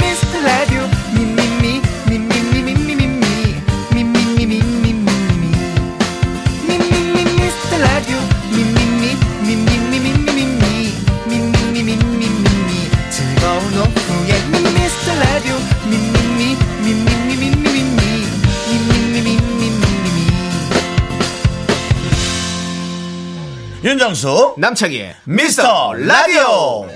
미스터 라디오 미미미 미미미미미미 미미미미미미미 미미미 미스터 라디오 미미미 미미미미미미 미미미미미미 즐거운 오후에 미스터 라디오 미미미 미미미미미미 미미미미미미미
윤정수
남창희의
미스터 라디오.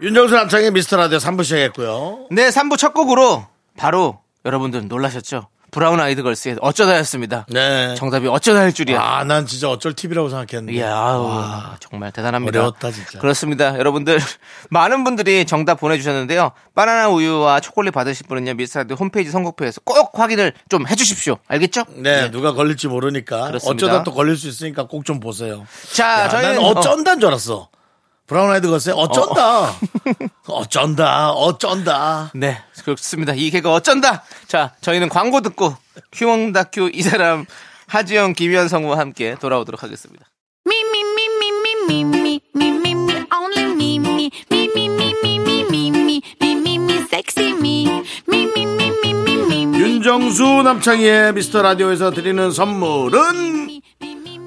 윤정수 남창의 미스터 라디오 3부 시작했고요.
네, 3부 첫 곡으로 바로 여러분들 놀라셨죠? 브라운 아이드 걸스의 어쩌다였습니다.
네.
정답이 어쩌다일 줄이야.
아, 난 진짜 어쩔 TV라고 생각했는데.
이야, 아우, 정말 대단합니다.
예, 어려웠다, 진짜.
그렇습니다. 여러분들, 많은 분들이 정답 보내주셨는데요. 바나나 우유와 초콜릿 받으실 분은요, 미스터드 홈페이지 선곡표에서 꼭 확인을 좀 해주십시오. 알겠죠? 예,
네, 누가 걸릴지 모르니까
그렇습니다.
어쩌다 또 걸릴 수 있으니까 꼭 좀 보세요.
자,
야,
저희는. 뭐
난 어쩐다인 줄 알았어. 브라운 아이드 걸스의 어쩐다. 어쩐다. 어쩐다.
네, 그렇습니다. 이 개가 어쩐다! 자, 저희는 광고 듣고, 휴먼 다큐 이 사람, 하지영, 김현 성우와 함께 돌아오도록 하겠습니다.
Me, me, me, me, me, me, me, me, me, me, only me, me, me, me, me, me, me, me, me, me, me, me, sexy me, me, me, me, me, me, me, me.
윤정수 남창희의 미스터 라디오에서 드리는 선물은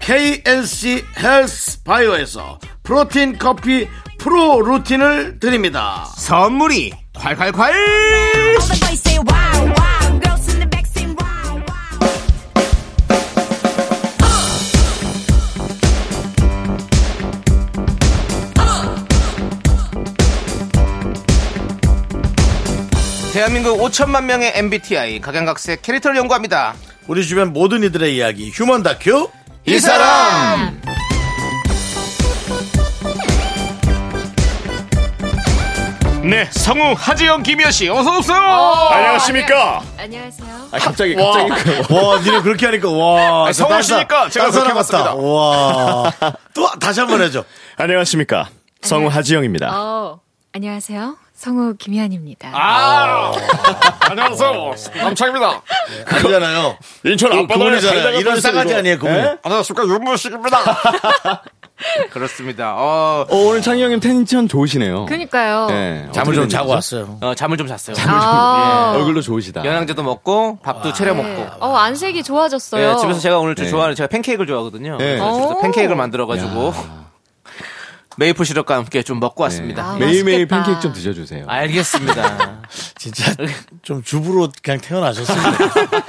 KNC 헬스 바이오에서 프로틴 커피 프로 루틴을 드립니다
선물이
All
콸콸콸
the boys say wow, wow, girls in the back say wow, wow.
대한민국 5천만 명의 MBTI 각양각색 캐릭터를 연구합니다
우리 주변 모든 이들의 이야기 휴먼 다큐
이 사람 네 성우 하지영 김여씨 어서오세요
안녕하십니까.
안녕하세요.
아, 갑자기
와,
갑자기
와, 니네 그렇게 하니까 와.
아니, 성우 씨니까 제가 그렇게
봤다.
해봤습니다.
와. 또 다시 한 번 해줘.
안녕하십니까. 성우 하지영입니다.
어, 안녕하세요. 성우 김희안입니다.
아,
어.
안녕하세요. 남창입니다.
아니잖아요.
인천 앞바다에
그분이잖아요. 이런 싸가지 아니에요, 그분.
안녕하십니까 윤무식입니다.
그렇습니다 어,
어, 오늘 창희 형님 텐션 좋으시네요.
그러니까요.
네,
잠을
어떻게
좀
된
자고
거죠?
왔어요.
어, 잠을 좀 잤어요
아,
예.
얼굴도 좋으시다.
영양제도 먹고 밥도 차려 먹고
네. 어, 안색이 좋아졌어요.
예, 집에서 제가 오늘 좀
네.
좋아하는 제가 팬케이크를 좋아하거든요.
네.
그래서 집에서
오.
팬케이크를 만들어 가지고 메이플 시럽과 함께 좀 먹고 왔습니다.
아,
매일매일
맛있겠다.
팬케이크 좀 드셔주세요.
알겠습니다.
진짜 좀 주부로 그냥 태어나셨습니다.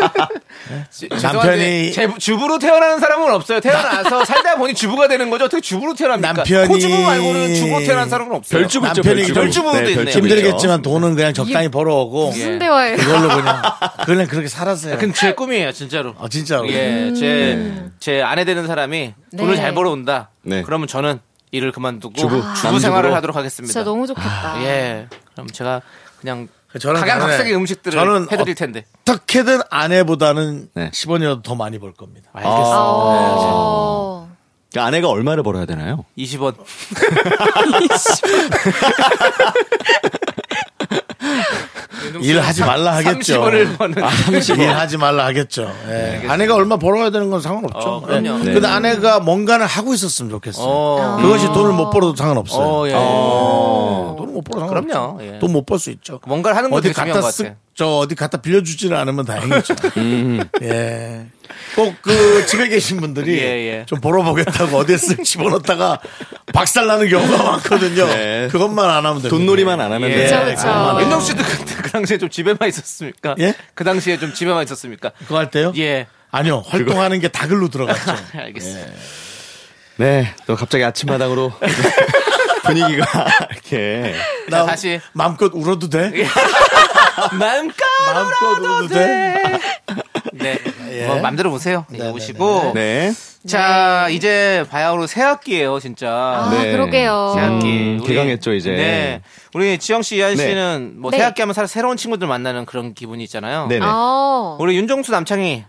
지-
남편이-
죄송한데 제- 주부로 태어나는 사람은 없어요. 태어나서 살다 보니 주부가 되는 거죠. 어떻게 주부로 태어납니까?
남편이-
코주부 말고는 주부로 태어난 사람은 없어요.
별주부 있죠,
남편이
별주부.
별주부도 있네요. 그렇죠.
별주부 있죠.
힘들겠지만 돈은 그냥 적당히 벌어오고
예.
무슨 대화예요?
그걸로 그냥 그냥 그렇게 살았어요.
근데 제 꿈이에요, 진짜로.
아 진짜로.
아, 예, 제, 제 아내 되는 사람이 돈을
네.
잘 벌어온다.
네.
그러면 저는 일을 그만두고 주부,
주부, 남주부로.
생활을 하도록 하겠습니다.
진짜 너무 좋겠다.
예. 그럼 제가 그냥
저는
각양각색의
다른-
음식들을
저는
해드릴 텐데.
어떻게든 아내보다는
네.
10원이라도 더 많이 벌 겁니다.
알겠어.
아,
요
어.
그러니까 아내가 얼마를 벌어야 되나요?
20원.
일하지 말라 하겠죠. 아,
30원을 버는. 네,
일하지 말라 하겠죠. 예. 아내가 얼마 벌어야 되는 건 상관없죠.
어, 그럼요.
예. 근데 아내가 뭔가를 하고 있었으면 좋겠어요.
어.
그것이 돈을 못 벌어도 상관없어요.
어, 예.
돈을 못 벌어 상관없죠.
그럼요. 예.
돈 못 벌 수 있죠.
뭔가를 하는 건
어디
되게 중요한
갖다
것
쓰,
같아요. 음.
저 어디 갖다 빌려주지는 않으면 다행이죠. 예. 꼭 그 집에 계신 분들이
예, 예.
좀 벌어보겠다고 어디에 쓱 집어넣다가 박살 나는 경우가 많거든요.
네.
그것만 안 하면 됩니다.
돈놀이만 안 하면
예.
돼요.
그쵸, 그쵸.
아, 윤정 씨도 그, 그 당시에 좀 집에만 있었습니까?
예?
그 당시에 좀 집에만 있었습니까?
그거 할 때요?
예.
아니요. 활동하는 게 다 글로 들어갔죠.
알겠습니다.
네, 또 갑자기 아침마당으로 분위기가 이렇게
나
다시. 예.
마음껏 울어도 돼?
마음껏
마음껏 울어도 돼?
네. 뭐 맘대로 보세요. 예,
네,
오시고.
네,
자, 이제 바야흐로 새 학기예요, 진짜.
아,
네.
그러게요.
새 학기.
음,
우리-
개강했죠, 이제.
네. 우리 지영 씨, 이한
네.
씨는 뭐
네.
새 학기 하면 사- 새로운 친구들 만나는 그런 기분이 있잖아요.
네네.
아,
우리 윤정수 남창희를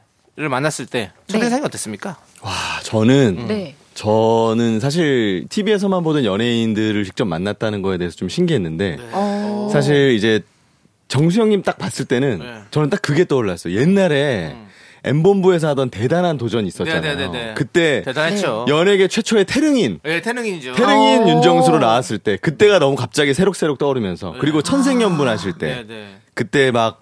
만났을 때 첫인상이 어땠습니까?
와, 저는
네.
저는 사실 TV에서만 보던 연예인들을 직접 만났다는 거에 대해서 좀 신기했는데
네.
어.
사실 이제 정수영님 딱 봤을 때는
네. 음.
저는 딱 그게 떠올랐어요. 옛날에 엠본부에서 하던 대단한 도전 있었잖아요.
네네네네.
그때
대단했죠.
연예계 최초의 태릉인
예, 태능인이죠.
네. 태릉인
오.
윤정수로 나왔을 때 그때가 너무 갑자기 새록새록 떠오르면서 그리고 천생연분 하실 때
네, 네.
그때 막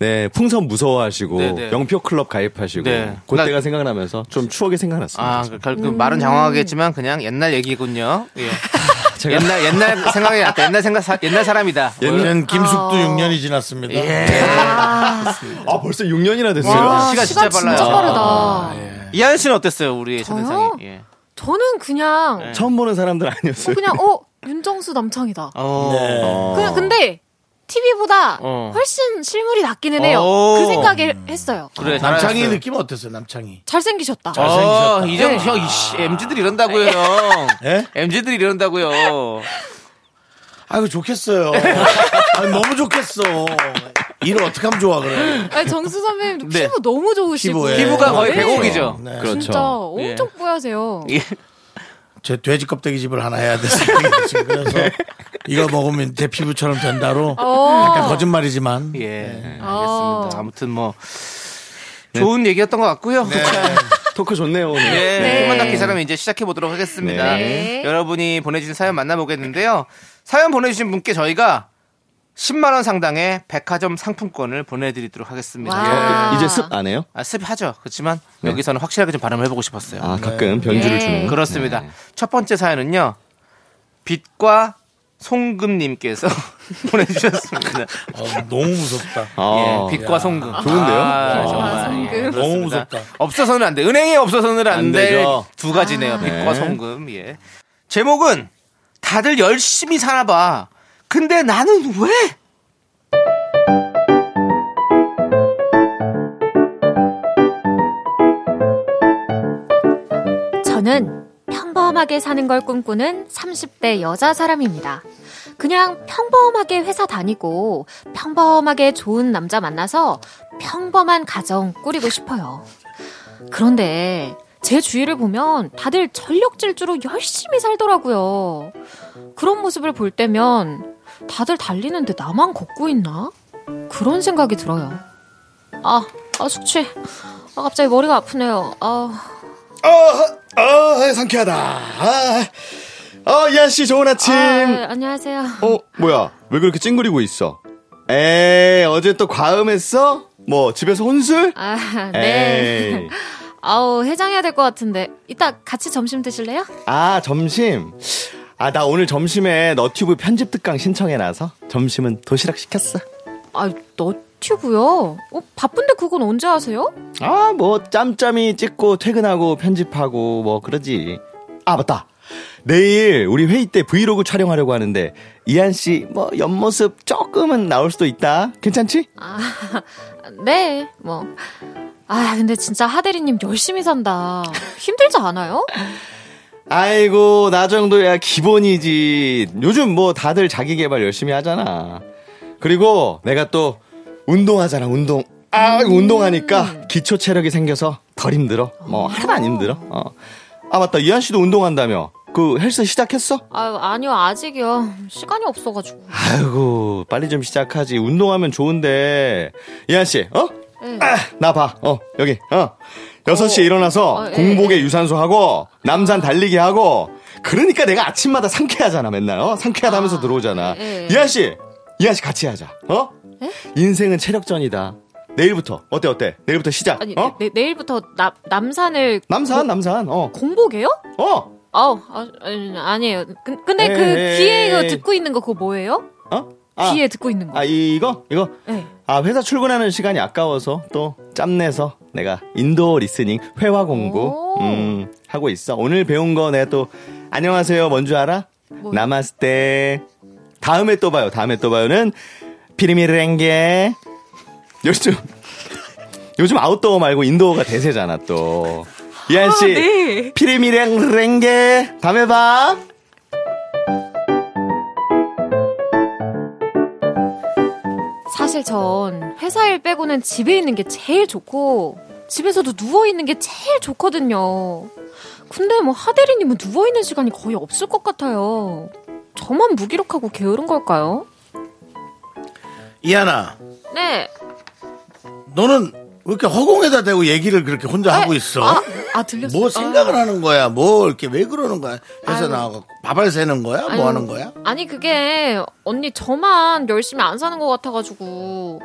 네, 풍선 무서워하시고
네, 네.
영표 클럽 가입하시고
네.
그때가
나-
생각나면서 좀 추억이 생각났어요.
아, 그, 그, 그 말은 장황하겠지만 그냥 옛날 얘기군요. 예.
제가
옛날 옛날 생각이 약간 옛날 생각 사- 옛날 사람이다. 뭐 이런-
얘는 김숙도 6년이 지났습니다.
아 벌써 6년이나 됐어요.
아,
와,
예. 시간
시간
아, 진짜
진짜,
빨라요. 아, 예.
빠르다.
이한 씨는 어땠어요? 우리의 첫인상이.
저요?
예.
저는 그냥
네.
처음 보는 사람들
어,
아니었어요.
그냥 어 윤정수 남창이다.
네.
어.
그냥 근데 TV보다
어.
훨씬 실물이 낫기는 해요.
어.
그 생각을 했어요.
그래.
남창희
잘하셨어요.
느낌 어땠어요, 남창희?
잘생기셨다.
잘- 잘생기셨다.
어, 이정 형 이씨 MZ들 이런다고요.
예?
MZ들 이런다고요.
아이고,
예.
좋겠어요. 아, 너무 좋겠어. 일을 어떻게 하면 좋아, 그래.
아니, 정수 선배님도
네.
피부 너무 좋으시고
피부에.
피부가 거의
네.
백옥이죠. 그렇죠.
네.
진짜 엄청
예.
뽀얗세요.
예.
제 돼지 껍데기 집을 하나 해야 돼서 지금 그래서 이거 먹으면 제 피부처럼 된다로 약간 거짓말이지만
어. 예.
네.
어.
알겠습니다. 아무튼 뭐 네. 좋은 얘기였던 것 같고요.
토크 좋네요 오늘.
예,
네.
꿈만 닿기 사람 이제 시작해 보도록 하겠습니다.
네.
여러분이 보내주신 사연 만나보겠는데요. 사연 보내주신 분께 저희가 10만 원 상당의 백화점 상품권을 보내드리도록 하겠습니다. 예.
와.
어, 이제 습 안 해요?
아, 습하죠. 그렇지만 여기서는 확실하게 좀 발음을 해보고 싶었어요. 네.
아 가끔 변주를
예.
주는.
그렇습니다. 첫 번째 사연은요. 빛과 송금님께서 보내주셨습니다.
어, 너무 무섭다.
아,
예, 빛과 송금.
좋은데요?
아,
아,
정말.
송금.
예, 그렇습니다.
너무 무섭다.
없어서는 안 돼. 은행에 없어서는
안
안 될
되죠.
두 가지네요. 빛과
네.
송금. 예. 제목은 다들 열심히 살아봐. 근데 나는 왜?
저는 평범하게 사는 걸 꿈꾸는 30대 여자 사람입니다. 그냥 평범하게 회사 다니고 평범하게 좋은 남자 만나서 평범한 가정 꾸리고 싶어요. 그런데 제 주위를 보면 다들 전력 질주로 열심히 살더라고요. 그런 모습을 볼 때면 다들 달리는데 나만 걷고 있나? 그런 생각이 들어요. 아, 아 숙취. 아, 갑자기 머리가 아프네요. 아.
아, 아 상쾌하다. 아, 아 이한 씨 좋은 아침.
아, 안녕하세요.
어 뭐야 왜 그렇게 찡그리고 있어? 에이 어제 또 과음했어? 뭐 집에서 혼술?
아, 네.
에이.
아우, 해장해야 될 것 같은데. 이따 같이 점심 드실래요?
아 점심 아, 나 오늘 점심에 너튜브 편집 특강 신청해놔서 점심은 도시락 시켰어.
아, 너튜브요? 어, 바쁜데 그건 언제 하세요?
아, 뭐 짬짬이 찍고 퇴근하고 편집하고 뭐 그러지. 아, 맞다. 내일 우리 회의 때 브이로그 촬영하려고 하는데 이한 씨 뭐 옆모습 조금은 나올 수도 있다. 괜찮지?
아, 네, 뭐. 아, 근데 진짜 하대리님 열심히 산다. 힘들지 않아요?
아이고, 나 정도야 기본이지. 요즘 뭐 다들 자기 개발 열심히 하잖아. 그리고 내가 또 운동하잖아, 운동. 아, 운동하니까 기초 체력이 생겨서 덜 힘들어. 뭐 하나도 안 힘들어. 어. 아, 맞다. 이한 씨도 운동한다며. 그 헬스 시작했어?
아, 아니요, 아직이요. 시간이 없어가지고.
아이고, 빨리 좀 시작하지. 운동하면 좋은데. 이한 씨, 어?
네.
아, 나 봐. 어, 여기. 어. 6시에 일어나서
어, 예,
공복에 유산소 하고 남산 달리기 하고 그러니까 내가 아침마다 상쾌하잖아, 맨날. 어? 상쾌하다 하면서 들어오잖아.
예, 예.
이한 씨. 이한 씨 같이 하자. 어? 인생은 체력전이다. 내일부터. 어때 어때? 내일부터 시작.
아니, 네, 뭐?
어?
내, 내일부터 나, 남산을.
남산 남산. 어.
공복에요?
어.
아우, 아, 아니, 아니에요. 근- 근데
에이.
그 귀에 이거 듣고 있는 거 그거 뭐예요?
어? 아.
귀에 듣고 있는 거.
아, 이- 이거? 이거?
네.
아, 회사 출근하는 시간이 아까워서 또 짬내서 내가 인도어 리스닝 회화 공부
오.
음, 하고 있어. 오늘 배운 거 내가 또 안녕하세요. 뭔줄 알아?
뭐?
나마스테. 다음에 또 봐요. 다음에 또 봐요는 피리미랭게. 요즘 요즘 아웃도어 말고 인도어가 대세잖아 또. 이한 씨.
네.
피리미랭랭게. 다음에 봐.
사실 전 회사 일 빼고는 집에 있는 게 제일 좋고 집에서도 누워 있는 게 제일 좋거든요. 근데 뭐 하대리님은 누워 있는 시간이 거의 없을 것 같아요. 저만 무기력하고 게으른 걸까요?
이하나,
네.
너는 왜 이렇게 허공에다 대고 얘기를 그렇게 혼자 하고 있어?
아, 아, 들렸어요.
뭐 생각을 하는 거야? 뭐 이렇게 왜 그러는 거야? 해서
아유.
나와갖고 밥알 새는 거야?
아유,
뭐 하는 거야?
아니 그게 언니 저만 열심히 안 사는 것 같아가지고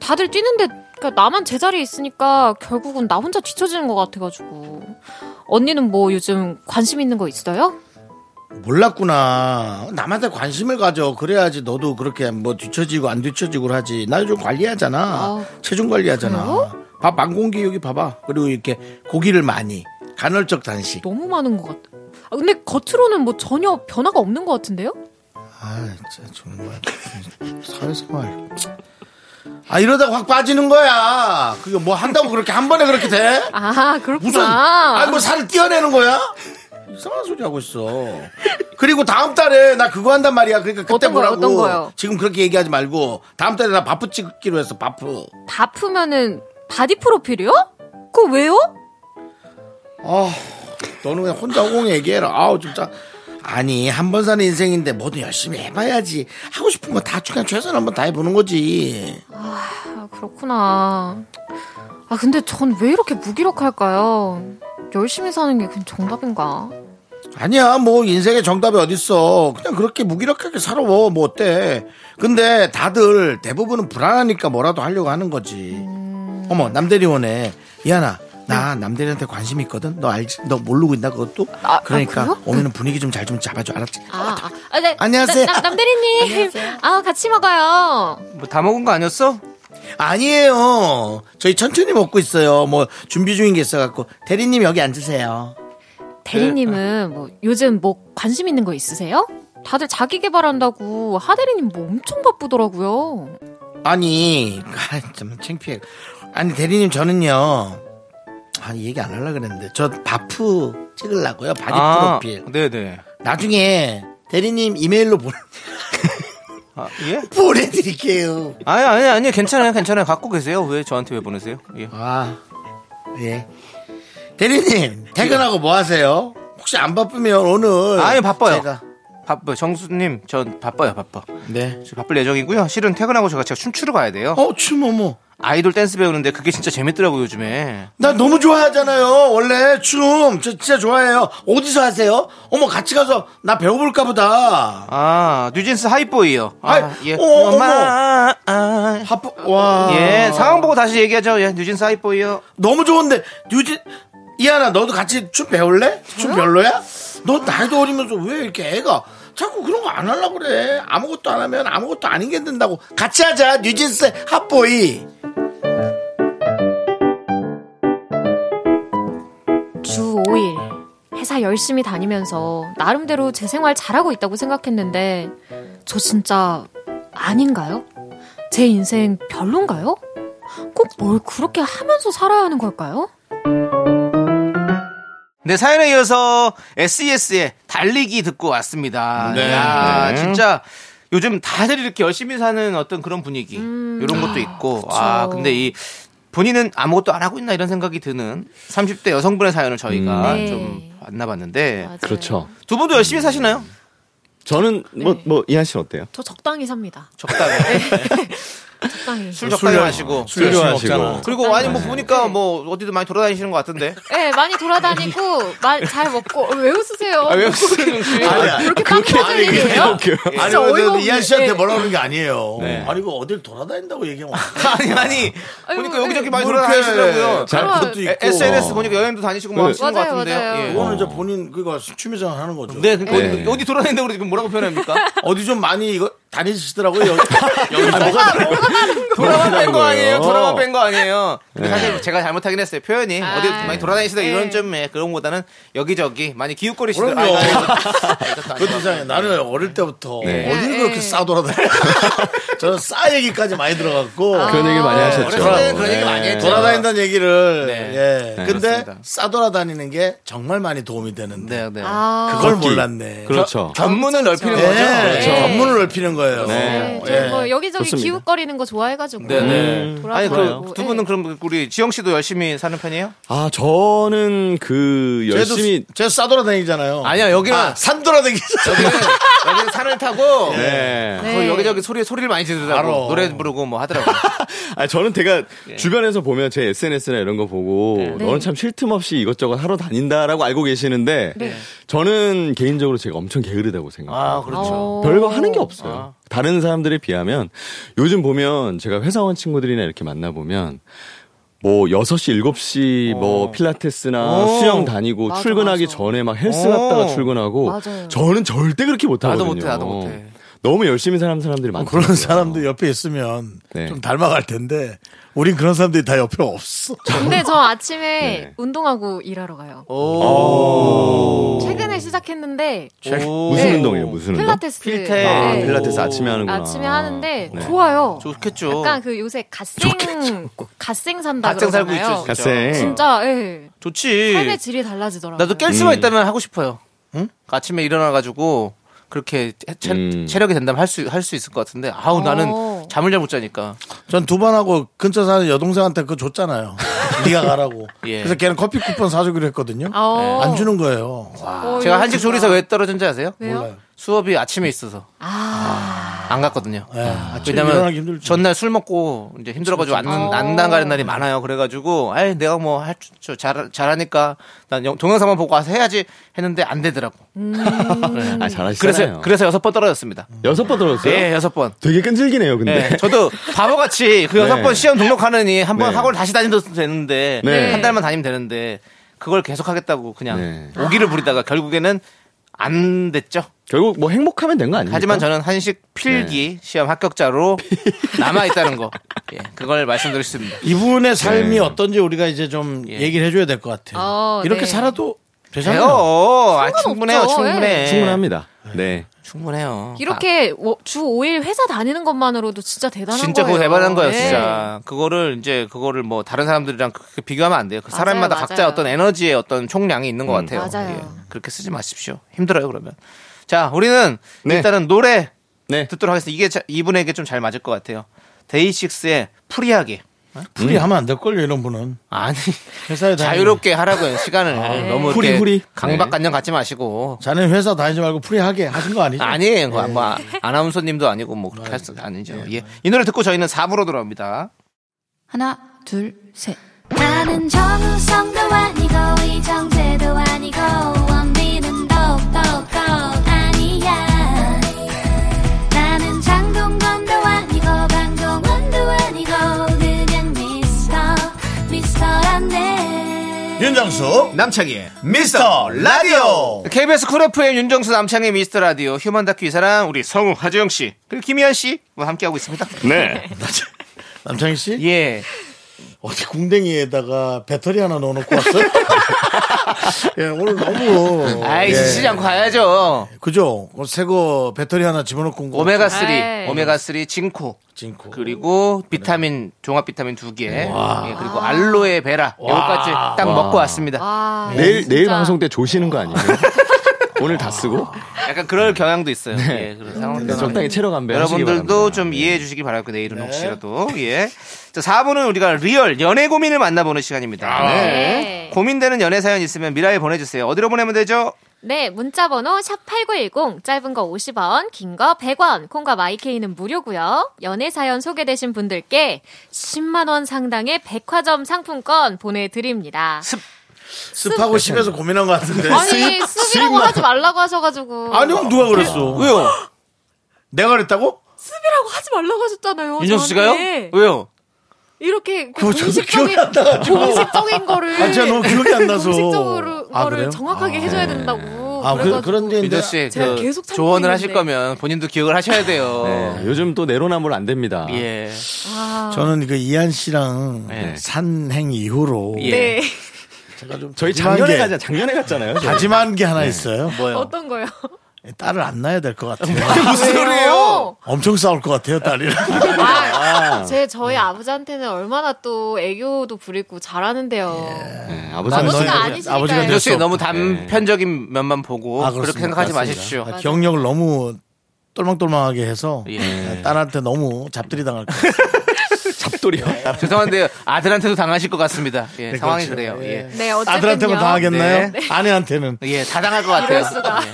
다들 뛰는데 그러니까 나만 제자리에 있으니까 결국은 나 혼자 뒤처지는 것 같아가지고 언니는 뭐 요즘 관심 있는 거 있어요?
몰랐구나. 남한테 관심을 가져. 그래야지 너도 그렇게 뭐 뒤처지고 안 뒤처지고 하지. 나 요즘 관리하잖아.
아,
체중 관리하잖아.
그래요?
밥 만공기 여기 봐봐. 그리고 이렇게 고기를 많이 간헐적 단식.
너무 많은 것 같아. 아, 근데 겉으로는 뭐 전혀 변화가 없는 것 같은데요?
아, 진짜 정말 사회생활. 아 이러다가 확 빠지는 거야. 그게 뭐 한다고 그렇게 한 번에 그렇게 돼?
아
무슨?
그렇구나.
아니 뭐 살을 띄어내는 거야? 이상한 소리 하고 있어. 그리고 다음 달에 나 그거 한단 말이야. 그러니까 그때
어떤 거요?
보라고.
어떤 거요?
지금 그렇게 얘기하지 말고 다음 달에 나 바프 찍기로 했어. 바프.
바프면은 바디 프로필이요? 그거 왜요?
아, 너는 그냥 혼자 호공 얘기해라. 아우, 진짜. 아니, 한 번 사는 인생인데 뭐든 열심히 해봐야지. 하고 싶은 거 다 그냥 최선을 한번 다 해보는 거지.
아, 그렇구나. 아, 근데 전 왜 이렇게 무기력할까요? 열심히 사는 게 그냥 정답인가?
아니야, 뭐 인생의 정답이 어딨어. 그냥 그렇게 무기력하게 살아. 뭐 어때. 근데 다들 대부분은 불안하니까 뭐라도 하려고 하는 거지. 어머, 남대리원에. 이하나. 나 남대리한테 관심 있거든. 너 알지? 너 모르고 있나 그것도?
네. 아, 아,
그러니까
그래요?
오면은 분위기 좀 잘 좀 잡아줘. 알았지?
아, 아, 아, 네.
안녕하세요.
나- 나- 남대리님. 아, 같이 먹어요.
뭐 다 먹은 거 아니었어?
아니에요. 저희 천천히 먹고 있어요. 뭐 준비 중인 게 있어갖고 대리님 여기 앉으세요. 네.
대리님은 뭐 요즘 뭐 관심 있는 거 있으세요? 다들 자기 개발한다고 하대리님 뭐 엄청 바쁘더라고요.
아니, 아, 참 창피해. 아니 대리님 저는요. 아 얘기 안 하려 그랬는데 저 바프 찍으려고요. 바디
아,
프로필.
네네.
나중에 대리님 이메일로 보내
아, 예?
보내드릴게요.
아니, 아니, 아니, 괜찮아요, 괜찮아요. 갖고 계세요. 왜 저한테 왜 보내세요? 예.
아 예. 대리님 퇴근하고 뭐 하세요? 혹시 안 바쁘면 오늘
아니, 바빠요.
제가-
바빠, 정수님, 전 바빠요, 바빠.
네.
저 바쁠 예정이고요. 실은 퇴근하고 제가 제가 춤추러 가야 돼요.
어춤 어머.
아이돌 댄스 배우는데 그게 진짜 재밌더라고요, 요즘에.
나 너무 좋아하잖아요. 원래 춤. 저 진짜 좋아해요. 어디서 하세요? 어머, 같이 가서 나 배워볼까 보다.
아, 뉴진스 하이보이요. 아,
아이,
예.
어, 어머.
엄마, 아,
하프, 와.
예, 상황 보고 다시 얘기하죠. 예, 뉴진스 하이보이요.
너무 좋은데, 뉴진, 이하나, 너도 같이 춤 배울래? 춤 별로야? 너 나이도 어리면서 왜 이렇게 애가 자꾸 그런 거 안 하려고 그래. 아무것도 안 하면 아무것도 아닌 게 된다고. 같이 하자. 뉴진스 핫보이.
주 5일 회사 열심히 다니면서 나름대로 제 생활 잘하고 있다고 생각했는데 저 진짜 아닌가요? 제 인생 별론가요? 꼭 뭘 그렇게 하면서 살아야 하는 걸까요?
네, 사연에 이어서 SES의 달리기 듣고 왔습니다.
네.
야,
네.
진짜 요즘 다들 이렇게 열심히 사는 어떤 그런 분위기.
음.
이런 것도 있고. 아, 근데 이 본인은 아무것도 안 하고 있나 이런 생각이 드는 30대 여성분의 사연을 저희가
네.
좀 만나봤는데
맞아요.
그렇죠.
두 분도 열심히 사시나요?
저는 뭐 뭐 이한 씨는 어때요?
저 적당히 삽니다.
적당히.
네. 적당히.
술 적당히 마시고.
술 열심히 먹잖아.
그리고 아니 뭐 보니까 뭐 어디도 많이 돌아다니시는 것 같은데.
네, 많이 돌아다니고 말 잘 먹고 어, 왜 웃으세요?
아, 쓰는
아니야.
이렇게 빵 터질 일이에요?
어? 아니,
네? 진짜 어이가
근데
없네.
이한 씨한테
네.
뭐라 그러는 게 아니에요.
네.
아니, 그 어딜 돌아다닌다고 얘기하면.
아니 아니.
아이고,
보니까 여기저기 많이
뭐
돌아다니시더라고요.
이렇게 잘
그런-
그것도
에-
있고.
SNS 보니까 여행도 다니시고 막
네.
하시는
맞아요,
것 같은데요.
맞아요.
예.
그거는 이제 본인, 그거 취미생활 하는 거죠.
네, 그러니까
네.
어디, 어디 돌아다닌다고 그러면 뭐라고 표현합니까?
어디 좀 많이 이거 다니시더라고요. 여기.
돌아만 뺀 거 아니에요?
뭐라고요?
돌아만 뺀 거 아니에요? 근데 사실 제가 잘못하긴 했어요. 표현이
아,
어디 많이 돌아다니시다 이런
네.
좀 예, 그런 것보다는 여기저기 많이 기웃거리시더라고요.
그럼요.
아, 이거- 아, 이것도 아니고.
그것도 이상해. 나는 어릴 때부터
네.
어딜
네.
그렇게 싸 돌아다녀. 저는 싸 얘기까지 많이 들어갔고.
그런 얘기 많이 하셨죠. 네.
어렸을 때는 아, 그런 얘기 많이 했죠.
돌아다닌다는 얘기를
네.
예. 근데
그렇습니다.
싸 돌아다니는 게 정말 많이 도움이 되는데
네, 네.
아,
그걸
걷기.
몰랐네.
그렇죠.
견문을 넓히는
예,
거죠.
그렇죠.
네.
전문을 넓히는 거예요.
네.
저뭐
예.
여기저기
좋습니다.
기웃거리는 거 좋아해가지고
네, 네. 아니
돌아다니고 예.
그두 분은 그럼 우리 지영 씨도 열심히 사는 편이에요?
아 저는 그
쟤도
열심히
쟤싸 돌아다니잖아요.
아니야 여기는
아, 산 돌아다니죠.
여기는 산을 타고
네.
네.
거의 여기저기 소리 소리를 많이 지르더라고
알아.
노래 부르고 뭐 하더라고.
아 저는 제가
네.
주변에서 보면 제 SNS나 이런 거 보고 너는 참 쉴 틈 없이 이것저것 하러 다닌다라고 알고 계시는데 저는 개인적으로 제가 엄청 게으르다고 생각해요.
아 그렇죠.
어.
별거 하는 게 없어요.
아.
다른 사람들에 비하면 요즘 보면 제가 회사원 친구들이나 이렇게 만나 보면 뭐 6시, 7시
어.
뭐 필라테스나
오.
수영 다니고
맞아,
출근하기
맞아.
전에 막 헬스
오.
갔다가 출근하고
맞아요.
저는 절대 그렇게 못
어. 나도
하거든요.
못해, 나도 못해. 어,
너무 열심히 사는 사람들이 많아요.
그런 사람도 옆에 있으면
네.
좀 닮아갈 텐데 우린 그런 사람들이 다 옆에 없어.
근데 저 아침에
네.
운동하고 일하러 가요. 최근에 시작했는데
무슨
네.
운동이에요? 무슨 운동?
필라테스
필테.
아,
네.
필라테스 아침에 하는구나.
아침에 하는데
네.
좋아요.
좋겠죠.
약간 그 요새 갓생 갓생 산다
갓생 살고
그러잖아요.
있죠. 진짜.
갓생.
진짜 예.
좋지.
삶의 질이 달라지더라고요.
나도 깰 수만
음.
있다면 하고 싶어요. 응? 아침에 일어나가지고 그렇게 해- 체,
음.
체력이 된다면 할 수 할 수 있을 것 같은데 아우 나는
어.
잠을 잘 못 자니까
전 두 번 하고 근처 사는 여동생한테 그거 줬잖아요. 네가 가라고.
예.
그래서 걔는 커피 쿠폰 사주기로 했거든요.
어.
안 주는 거예요.
어,
네. 아. 제가
이거
한식
진짜.
조리사 왜 떨어진지 아세요?
왜요?
몰라요.
수업이 아침에 있어서
아.
안 갔거든요.
예, 아침에 일어나기
왜냐면
힘들죠.
전날 술 먹고 이제 힘들어가지고 안, 안 나가는 날이 많아요. 그래가지고 아이 내가 뭐 할 줄 잘하니까 난 영- 동영상만 보고 와서 해야지 했는데 안 되더라고.
음. 아, 잘하시잖아요.
그래서 그래서 여섯 번 떨어졌습니다.
여섯 번 들었어요?
예, 여섯 번.
되게 끈질기네요, 근데.
네, 저도 바보같이 그 여섯
네.
번 시험 등록하느니 한 번
네.
학원 다시 다니도 되는데
네.
한 달만 다니면 되는데 그걸 계속 하겠다고 그냥
네.
오기를 부리다가 결국에는 안 됐죠.
결국 뭐 행복하면 된 거 아니에요?
하지만 저는 한식 필기 시험 합격자로 남아 있다는 거, 예, 그걸 말씀드릴 수 있습니다.
이분의 삶이
네.
어떤지 우리가 이제 좀
예.
얘기를 해줘야 될 것 같아요.
어,
이렇게
네.
살아도 되잖아요.
돼요. 아, 충분해요,
상관없죠.
충분해.
충분합니다. 네.
충분해요.
이렇게 워- 주 5일 회사 다니는 것만으로도 진짜 대단한
아, 진짜
거예요.
그거 대단한 거예요,
네.
진짜. 그거를 이제 그거를 뭐 다른 사람들이랑 그렇게 비교하면 안 돼요. 그
맞아요,
사람마다 각자
맞아요.
어떤 에너지의 어떤 총량이 있는 것 같아요. 예,
맞아요.
그렇게 쓰지 마십시오. 힘들어요, 그러면. 자, 우리는
네.
일단은 노래
네.
듣도록 하겠습니다. 이게 자- 이분에게 좀 잘 맞을 것 같아요. 데이식스의 프리하게.
풀이 하면 안 될걸요, 이런 분은.
아니,
회사에 다니
음. 자유롭게 하라고요, 시간을.
아,
너무
후리, 네.
이렇게
후리.
강박관념 갖지 마시고.
자네 회사 다니지 말고 프리하게 하신 거 아니죠?
아니에요. 그거 뭐 아-
네.
아나운서님도 아니고 뭐 그렇게 할 수 아니죠. 예. 이 노래 듣고 저희는 4부로 돌아옵니다.
하나, 둘, 셋.
나는 정우성도 아니고 이정재도 아니고 원빈은 더욱더 아니야 나는 장동건도 아니고 방종원도 아니고 그냥 미스터 미스터란데
윤정수
남창희의
미스터 라디오
KBS 쿨 FM 윤정수 남창희 미스터 라디오 휴먼 다큐 이 사람 우리 성우 하재영 씨 그리고 김희연 씨와 뭐 함께하고 있습니다.
네.
남창희 씨
예.
어디 궁뎅이에다가 배터리 하나 넣어놓고 왔어요? 예, 오늘 너무
아이
예.
지치지 않고 가야죠.
그죠? 새거 배터리 하나 집어넣고 온 거.
오메가 3,
아, 네.
에이.
오메가 3 징코
찐코.
그리고 비타민 종합 비타민 두 개, 예, 그리고 알로에 베라 요거까지 딱 먹고 왔습니다.
와,
내일
아, 진짜.
내일 방송 때 조시는 거 아니에요? 오늘 다 쓰고 네,
약간 그럴 경향도 있어요. 예, 그런 상황 때문에.
적당히 체력 안배
여러분들도 좀 이해해 주시기 바랍니다.
네.
내일은 혹시라도 예. 자, 4부는 우리가 리얼 연애 고민을 만나보는 시간입니다.
아.
네.
고민되는 연애 사연 있으면 미라에 보내주세요. 어디로 보내면 되죠?
네, 문자 번호 샵8910 짧은 거 50원, 긴 거 100원. 콩과 마이케이는 무료고요. 연애 사연 소개되신 분들께 10만 원 상당의 백화점 상품권 보내 드립니다.
습하고 심해서 고민한 것 같은데.
아니, 습이라고 하지 말라고 하셔 가지고.
아니, 형 누가 그랬어?
왜요?
내가 그랬다고?
아, 습이라고 하지 말라고 하셨잖아요.
윤정수 씨가요?
네.
저한테.
왜요?
이렇게
그거 저도
공식적인
기억이 안 나가지고.
공식적인 거를
아, 진짜 너무 기억이 안 나서.
공식적으로
아,
거를
그래요?
정확하게 해 줘야 된다고.
아, 그,
그래가지고
그런 게
윤정
있는데.
씨,
제가
그
계속 참고
조언을
있는데.
하실 거면 본인도 기억을 하셔야 돼요.
어, 요즘 또 내로남불 안 됩니다.
네. 예.
저는 그 이한 씨랑
네.
산행 이후로.
예.
네.
제가 좀
저희
다짐한
작년에
게-
가자. 작년에 갔잖아요. 저희.
다짐한 게 하나 있어요.
네. 뭐요?
어떤 거요?
딸을 안 낳아야 될 것 같아요.
무슨 소리예요?
엄청 싸울 것 같아요, 딸이랑.
아, 제 저희 아버지한테는 얼마나 또 애교도 부리고 잘하는데요.
네,
난
아버지는
아버지가
너희들-
아니시니까요.
아버지가 될
윤정
수
씨 너무
없다.
단편적인 면만 보고
아,
그렇게
그렇습니다.
생각하지
맞습니다.
마십시오.
아, 경력을 너무 똘망똘망하게 해서
예.
딸한테 너무 잡들이 당할 것 같아요.
잡돌이요.
죄송한데요. 아들한테도 당하실 것 같습니다. 예,
아, 네,
상황이
그렇죠.
그래요. 예.
네, 어쨌든요.
아들한테만 당하겠나요?
네.
아내한테는.
예, 다 당할 것 같아요. 예.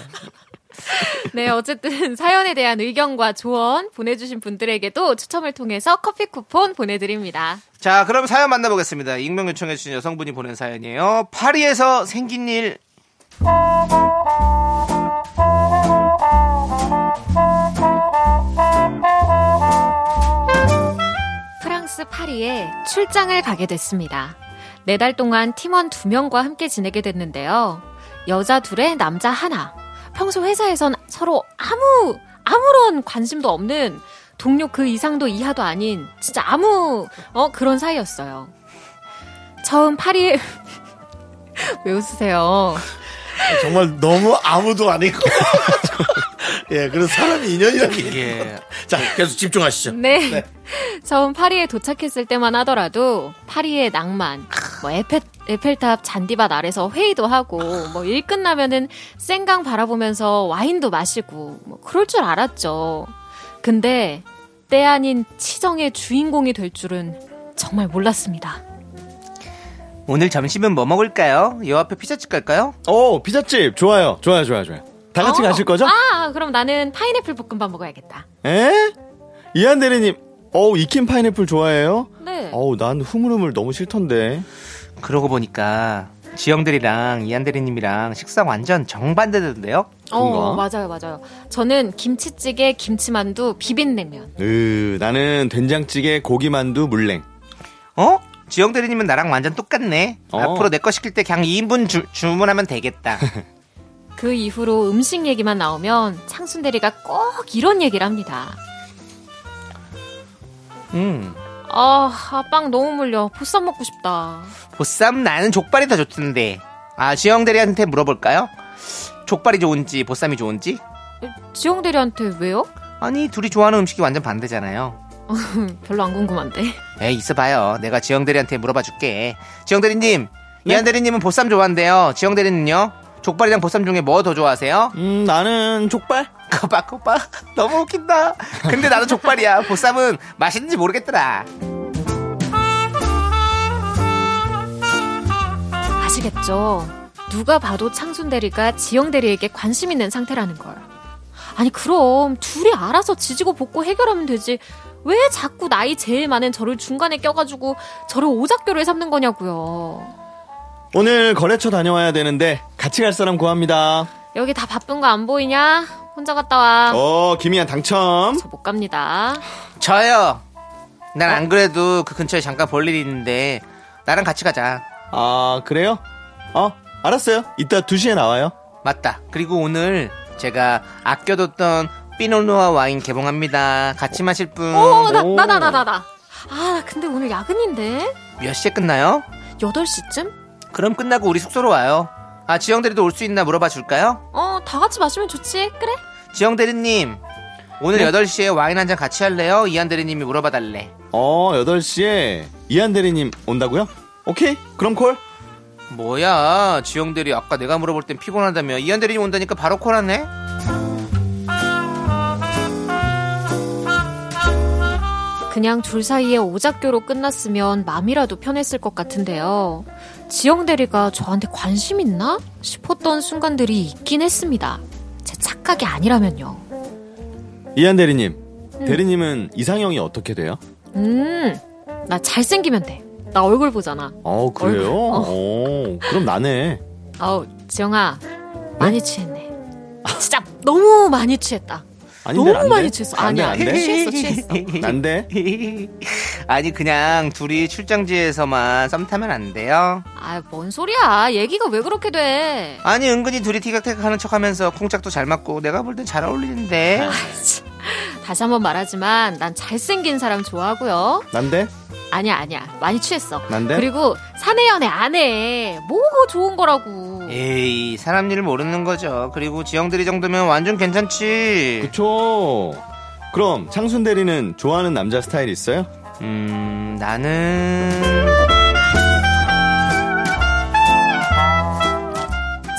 네, 어쨌든 사연에 대한 의견과 조언 보내주신 분들에게도 추첨을 통해서 커피 쿠폰 보내드립니다.
자, 그럼 사연 만나보겠습니다. 익명 요청해주신 여성분이 보낸 사연이에요. 파리에서 생긴 일.
프랑스 파리에 출장을 가게 됐습니다. 네 달 동안 팀원 두 명과 함께 지내게 됐는데요. 여자 둘에 남자 하나. 평소 회사에선 서로 아무 아무런 관심도 없는 동료 그 이상도 이하도 아닌 진짜 아무 어 그런 사이였어요. 처음 파리에 왜 웃으세요?
정말 너무 아무도 아니고. 예, 그래서 사람이 인연이라는 게. 있는 것
예.
같아요. 자, 음. 계속 집중하시죠.
네. 처음 파리에 도착했을 때만 하더라도 파리의 낭만, 뭐 에펠, 에펠탑 잔디밭 아래서 회의도 하고, 뭐 일 끝나면은 생강 바라보면서 와인도 마시고, 뭐 그럴 줄 알았죠. 근데 때 아닌 치정의 주인공이 될 줄은 정말 몰랐습니다.
오늘 점심은 뭐 먹을까요? 요 앞에 피자집 갈까요?
오 어, 피자집 좋아요. 좋아요. 좋아요. 좋아요. 다 같이
어,
가실 거죠?
아, 그럼 나는 파인애플 볶음밥 먹어야겠다.
에? 이한 대리님. 어우 익힌 파인애플 좋아해요?
네.
어우 난 흐물흐물 너무 싫던데.
그러고 보니까 지영들이랑 이한대리님이랑 식사 완전 정반대던데요?
어,
그런가?
맞아요, 맞아요. 저는 김치찌개, 김치만두, 비빔냉면.
으 나는 된장찌개 고기만두 물냉.
어? 지영대리님은 나랑 완전 똑같네.
어.
앞으로 내 거 시킬 때 그냥 2인분 주, 주문하면 되겠다.
그 이후로 음식 얘기만 나오면 창순 대리가 꼭 이런 얘기를 합니다.
음.
아, 아, 빵 너무 물려. 보쌈 먹고 싶다.
보쌈 나는 족발이 더 좋던데. 아, 지영대리한테 물어볼까요? 족발이 좋은지 보쌈이 좋은지?
지영 대리한테 왜요?
아니, 둘이 좋아하는 음식이 완전 반대잖아요.
별로 안 궁금한데.
에이 있어봐요 내가 지영대리한테 물어봐줄게 지영대리님 이한대리님은 보쌈 좋아한대요 지영대리는요 족발이랑 보쌈 중에 뭐 더 좋아하세요?
음 나는 족발.
거봐 거봐 너무 웃긴다 근데 나도 족발이야 보쌈은 맛있는지 모르겠더라
아시겠죠? 누가 봐도 창순 대리가 지영 대리에게 관심 있는 상태라는 걸. 아니, 그럼 둘이 알아서 지지고 볶고 해결하면 되지. 왜 자꾸 나이 제일 많은 저를 중간에 껴가지고 저를 오작교를 삼는 거냐고요.
오늘 거래처 다녀와야 되는데 같이 갈 사람 구합니다.
여기 다 바쁜 거 안 보이냐? 혼자 갔다 와.
어 김희한 당첨.
저 못 갑니다.
저요 난 안 그래도 그 근처에 잠깐 볼 일이 있는데 나랑 같이 가자
아 그래요? 어, 알았어요. 이따 2시에 나와요.
맞다. 그리고 오늘 제가 아껴뒀던 피놀노아 와인 개봉합니다. 같이 마실 분.
오, 어, 나, 나, 나, 나, 나, 나. 아, 나 근데 오늘 야근인데?
몇 시에 끝나요?
8시쯤?
그럼 끝나고 우리 숙소로 와요. 아, 지영 대리도 올 수 있나 물어봐 줄까요?
어, 다 같이 마시면 좋지. 그래?
지영 대리님, 오늘 8시에 와인 한 잔 같이 할래요? 이한 대리님이 물어봐 달래.
어, 8시에 이한 대리님 온다고요? 오케이. 그럼 콜.
뭐야, 지영 대리 아까 내가 물어볼 땐 피곤하다며 이한 대리님 온다니까 바로 콜하네?
그냥 둘 사이에 오작교로 끝났으면 마음이라도 편했을 것 같은데요. 지영 대리가 저한테 관심 있나? 싶었던 순간들이 있긴 했습니다. 제 착각이 아니라면요.
이한 대리님. 대리님은 이상형이 어떻게 돼요?
음, 나 잘생기면 돼. 나 얼굴 보잖아.
어,
얼굴.
그래요?
어.
어, 그럼 나네.
아우, 지영아,
네?
많이 취했네. 진짜 너무 많이 취했다.
아닌데,
너무
안
많이
돼?
취했어.
안 돼,
아니야,
안 돼?
취했어, 취했어.
난데?
아니, 그냥 둘이 출장지에서만 썸 타면 안 돼요?
아, 뭔 소리야. 얘기가 왜 그렇게 돼.
아니, 은근히 둘이 티격태격 하는 척 하면서 콩짝도 잘 맞고 내가 볼 땐 잘 어울리는데.
다시 한번 말하지만 난 잘생긴 사람 좋아하고요.
난데?
아니야, 아니야. 많이 취했어.
난데?
그리고 사내연애 안 해. 뭐가 좋은 거라고.
예. 에이, 사람 일 모르는 거죠. 그리고 지영 대리 정도면 완전 괜찮지.
그쵸. 그럼 창순 대리는 좋아하는 남자 스타일 있어요?
음, 나는.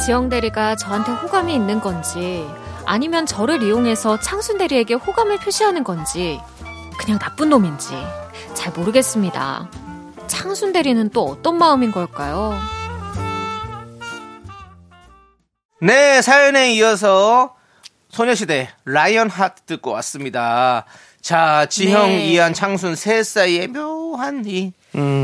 지영 대리가 저한테 호감이 있는 건지 아니면 저를 이용해서 창순 대리에게 호감을 표시하는 건지 그냥 나쁜 놈인지 잘 모르겠습니다. 창순 대리는 또 어떤 마음인 걸까요?
네, 사연에 이어서 소녀시대 라이언 하트 듣고 왔습니다. 자, 지형,
네.
이한, 창순 세 사이의 묘한 이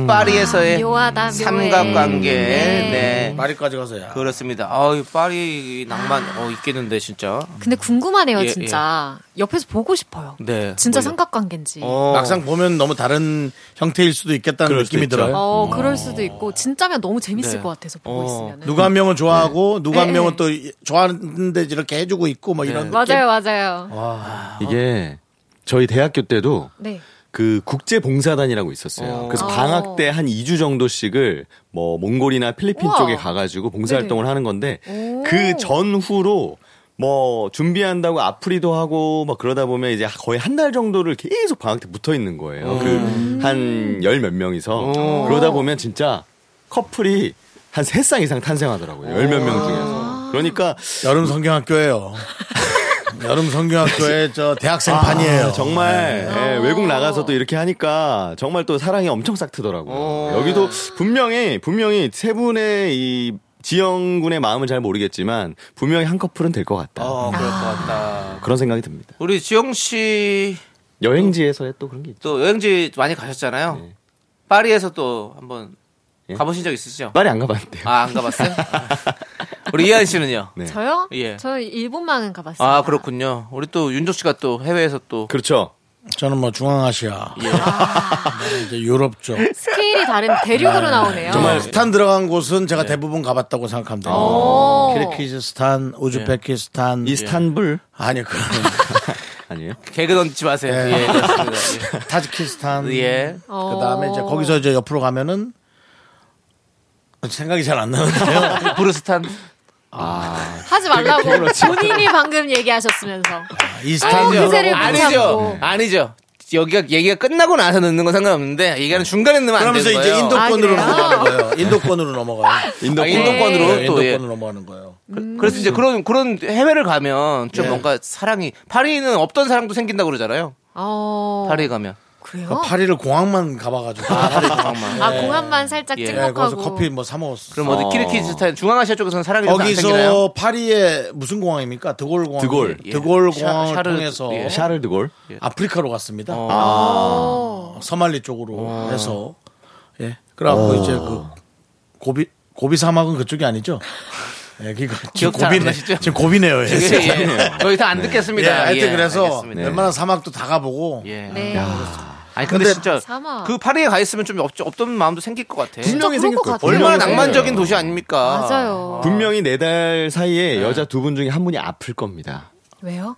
파리에서의
아, 묘하다, 묘해.
네. 삼각관계.
네.
네.
말이까지 가서 야.
그렇습니다. 아유, 파리 낭만 어 있겠는데 진짜.
근데 궁금하네요,
예,
진짜. 옆에서 보고 싶어요.
네.
진짜
뭐,
삼각관계인지. 어,
막상 보면 너무 다른 형태일 수도 있겠다는
그럴 수도
느낌이
있죠.
들어요.
그럴 수도 있고 진짜면 너무 재밌을
네.
것 같아서 보고
어,
있으면.
누가 한 명은 좋아하고 누가 한
네,
명은
네.
또 좋아하는데 이렇게 해주고 있고 뭐 이런
맞아요, 맞아요.
이게 저희 대학교 때도
네.
그 국제봉사단이라고 있었어요. 그래서
어.
방학 때 한 2주 정도씩을 뭐 몽골이나 필리핀
우와. 네.
쪽에 가가지고 봉사활동을 하는 건데
오.
그 전후로 뭐 준비한다고 앞풀이도 하고 막 그러다 보면 이제 거의 한 달 정도를 계속 방학 때 붙어 있는 거예요. 그
음.
한 열 몇 명이서 그러다 보면 진짜 커플이 한 세 쌍 이상 탄생하더라고요. 열 몇 명
아.
중에서. 그러니까
여름 성경학교예요. 아, 여름 성경학교의 저 대학생 판이에요.
아, 정말
네.
예, 외국
아.
나가서도 이렇게 하니까 정말 또 사랑이 엄청 싹 트더라고요.
어.
여기도 분명히 분명히 세 분의 이 지영 군의 마음은 잘 모르겠지만 분명히 한 커플은 될 것 같다.
아.
어, 그럴 것 같다.
그런 생각이 듭니다.
우리 지영 씨
여행지에서의 또 그런 게 있죠.
또 여행지 많이 가셨잖아요. 파리에서 또 한번
예?
가보신 적 있으시죠?
빨리 안 가봤는데요.
아, 안 가봤어요? 우리 이한 씨는요?
네.
저요?
예.
저 일본만은 가봤어요.
아, 그렇군요. 우리 또 윤조 씨가 또 해외에서 또.
그렇죠.
저는 뭐 중앙아시아,
예.
나는 이제 유럽 쪽.
스케일이 다른 대륙으로 나오네요.
정말 스탄 들어간 곳은
네.
제가 대부분 가봤다고 생각하면 돼요.
어.
오.
네.
키르키즈스탄, 우즈베키스탄,
예.
이스탄불
아니 그
아니에요?
개그 던지지 마세요.
예.
예, 그렇습니다.
타지키스탄,
예. 예.
어.
그다음에 이제 거기서 이제 옆으로 가면은 생각이 잘 안 나는데요.
부르스탄.
하지 말라고 본인이 방금 얘기하셨으면서
이스탄
아이고, 그새를 못
아니죠.
참고.
아니죠. 여기가, 얘기가 끝나고 나서 넣는 건 상관없는데, 얘기하는 중간에 넣으면 안 되는
그러면서
거예요.
이제 인도권으로
아, 그래요?
넘어가는 거예요. 인도권으로 넘어가요.
인도
아, 인도권으로
네,
또,
인도권으로
예.
넘어가는 거예요.
그- 그래서 이제 그런, 그런 해외를 가면 좀
예.
뭔가 사랑이, 파리는 없던 사랑도 생긴다고 그러잖아요.
어
파리 가면. 뭐?
그래요?
파리를 공항만 가봐가지고
파리 공항만.
아 공항만 살짝
예.
네,
찍먹하고
거기서 커피 뭐 사 먹었어.
그럼 어디 키르키즈스탄, 중앙아시아 쪽에서는 사랑이 잘안 생기나요?
거기서 파리의 무슨 공항입니까? 드골 공항.
드골.
드골
예.
공항을
샤- 샤르-
통해서
예.
샤를 드골.
아프리카로 갔습니다.
아.
서말리 쪽으로 해서 예. 그래갖고 이제 그 고비 고비 사막은 그쪽이 아니죠? 예, 그거 지금
기억 잘안
고비네.
나시죠?
지금 고비네요. 예.
예, 예. 저희 다 안
예,
듣겠습니다.
하여튼
예,
그래서
알겠습니다.
웬만한 사막도 다 가보고
예.
네.
아, 아니 근데,
근데
진짜
삼아.
그 파리에 가 있으면 좀 없, 없던 마음도 생길 것 같아.
진짜 그럴 것 같아요.
얼마나
분명히
낭만적인
생겨요.
도시 아닙니까?
맞아요.
분명히 네 달 사이에 여자 두 분 중에 한 분이 아플 겁니다.
왜요?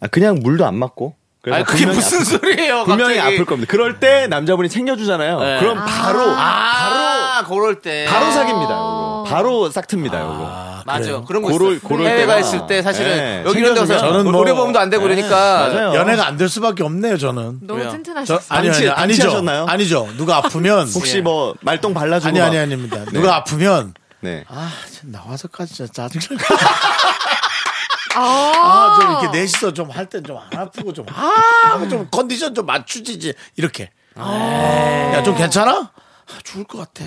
아, 그냥 물도 안 맞고. 그래서
아니 그게
분명히
무슨
아플-
소리예요?
분명히
갑자기.
아플 겁니다. 그럴 때 남자분이 챙겨주잖아요.
네.
그럼 바로
아, 바로 그럴 때
바로 사깁니다. 요거. 바로 싹틉니다.
아.
요거.
맞아. 그런 거
고럴-
있어요.
고럴
해외가
때나.
있을 때 사실은
네.
여기 이런 데서
저는 뭐-
노래보험도 안 되고 그러니까
맞아요.
연애가 안 될 수밖에 없네요, 저는.
너무
왜요?
저,
튼튼하셨어요.
아니, 아니,
방치-
아니죠.
방치하셨나요?
아니죠. 누가 아프면. 예.
혹시 뭐 말똥 발라주고
아니,
막-
아니, 아닙니다.
네.
누가 아프면.
네.
아, 진짜 나와서까지 진짜 짜증나. 아, 좀
어.
이렇게 넷이서 좀 할 땐 좀 안 아프고 좀, 아, 하고 좀 컨디션 좀 맞추지지. 이렇게.
아.
야, 좀 괜찮아? 아, 죽을 것 같아.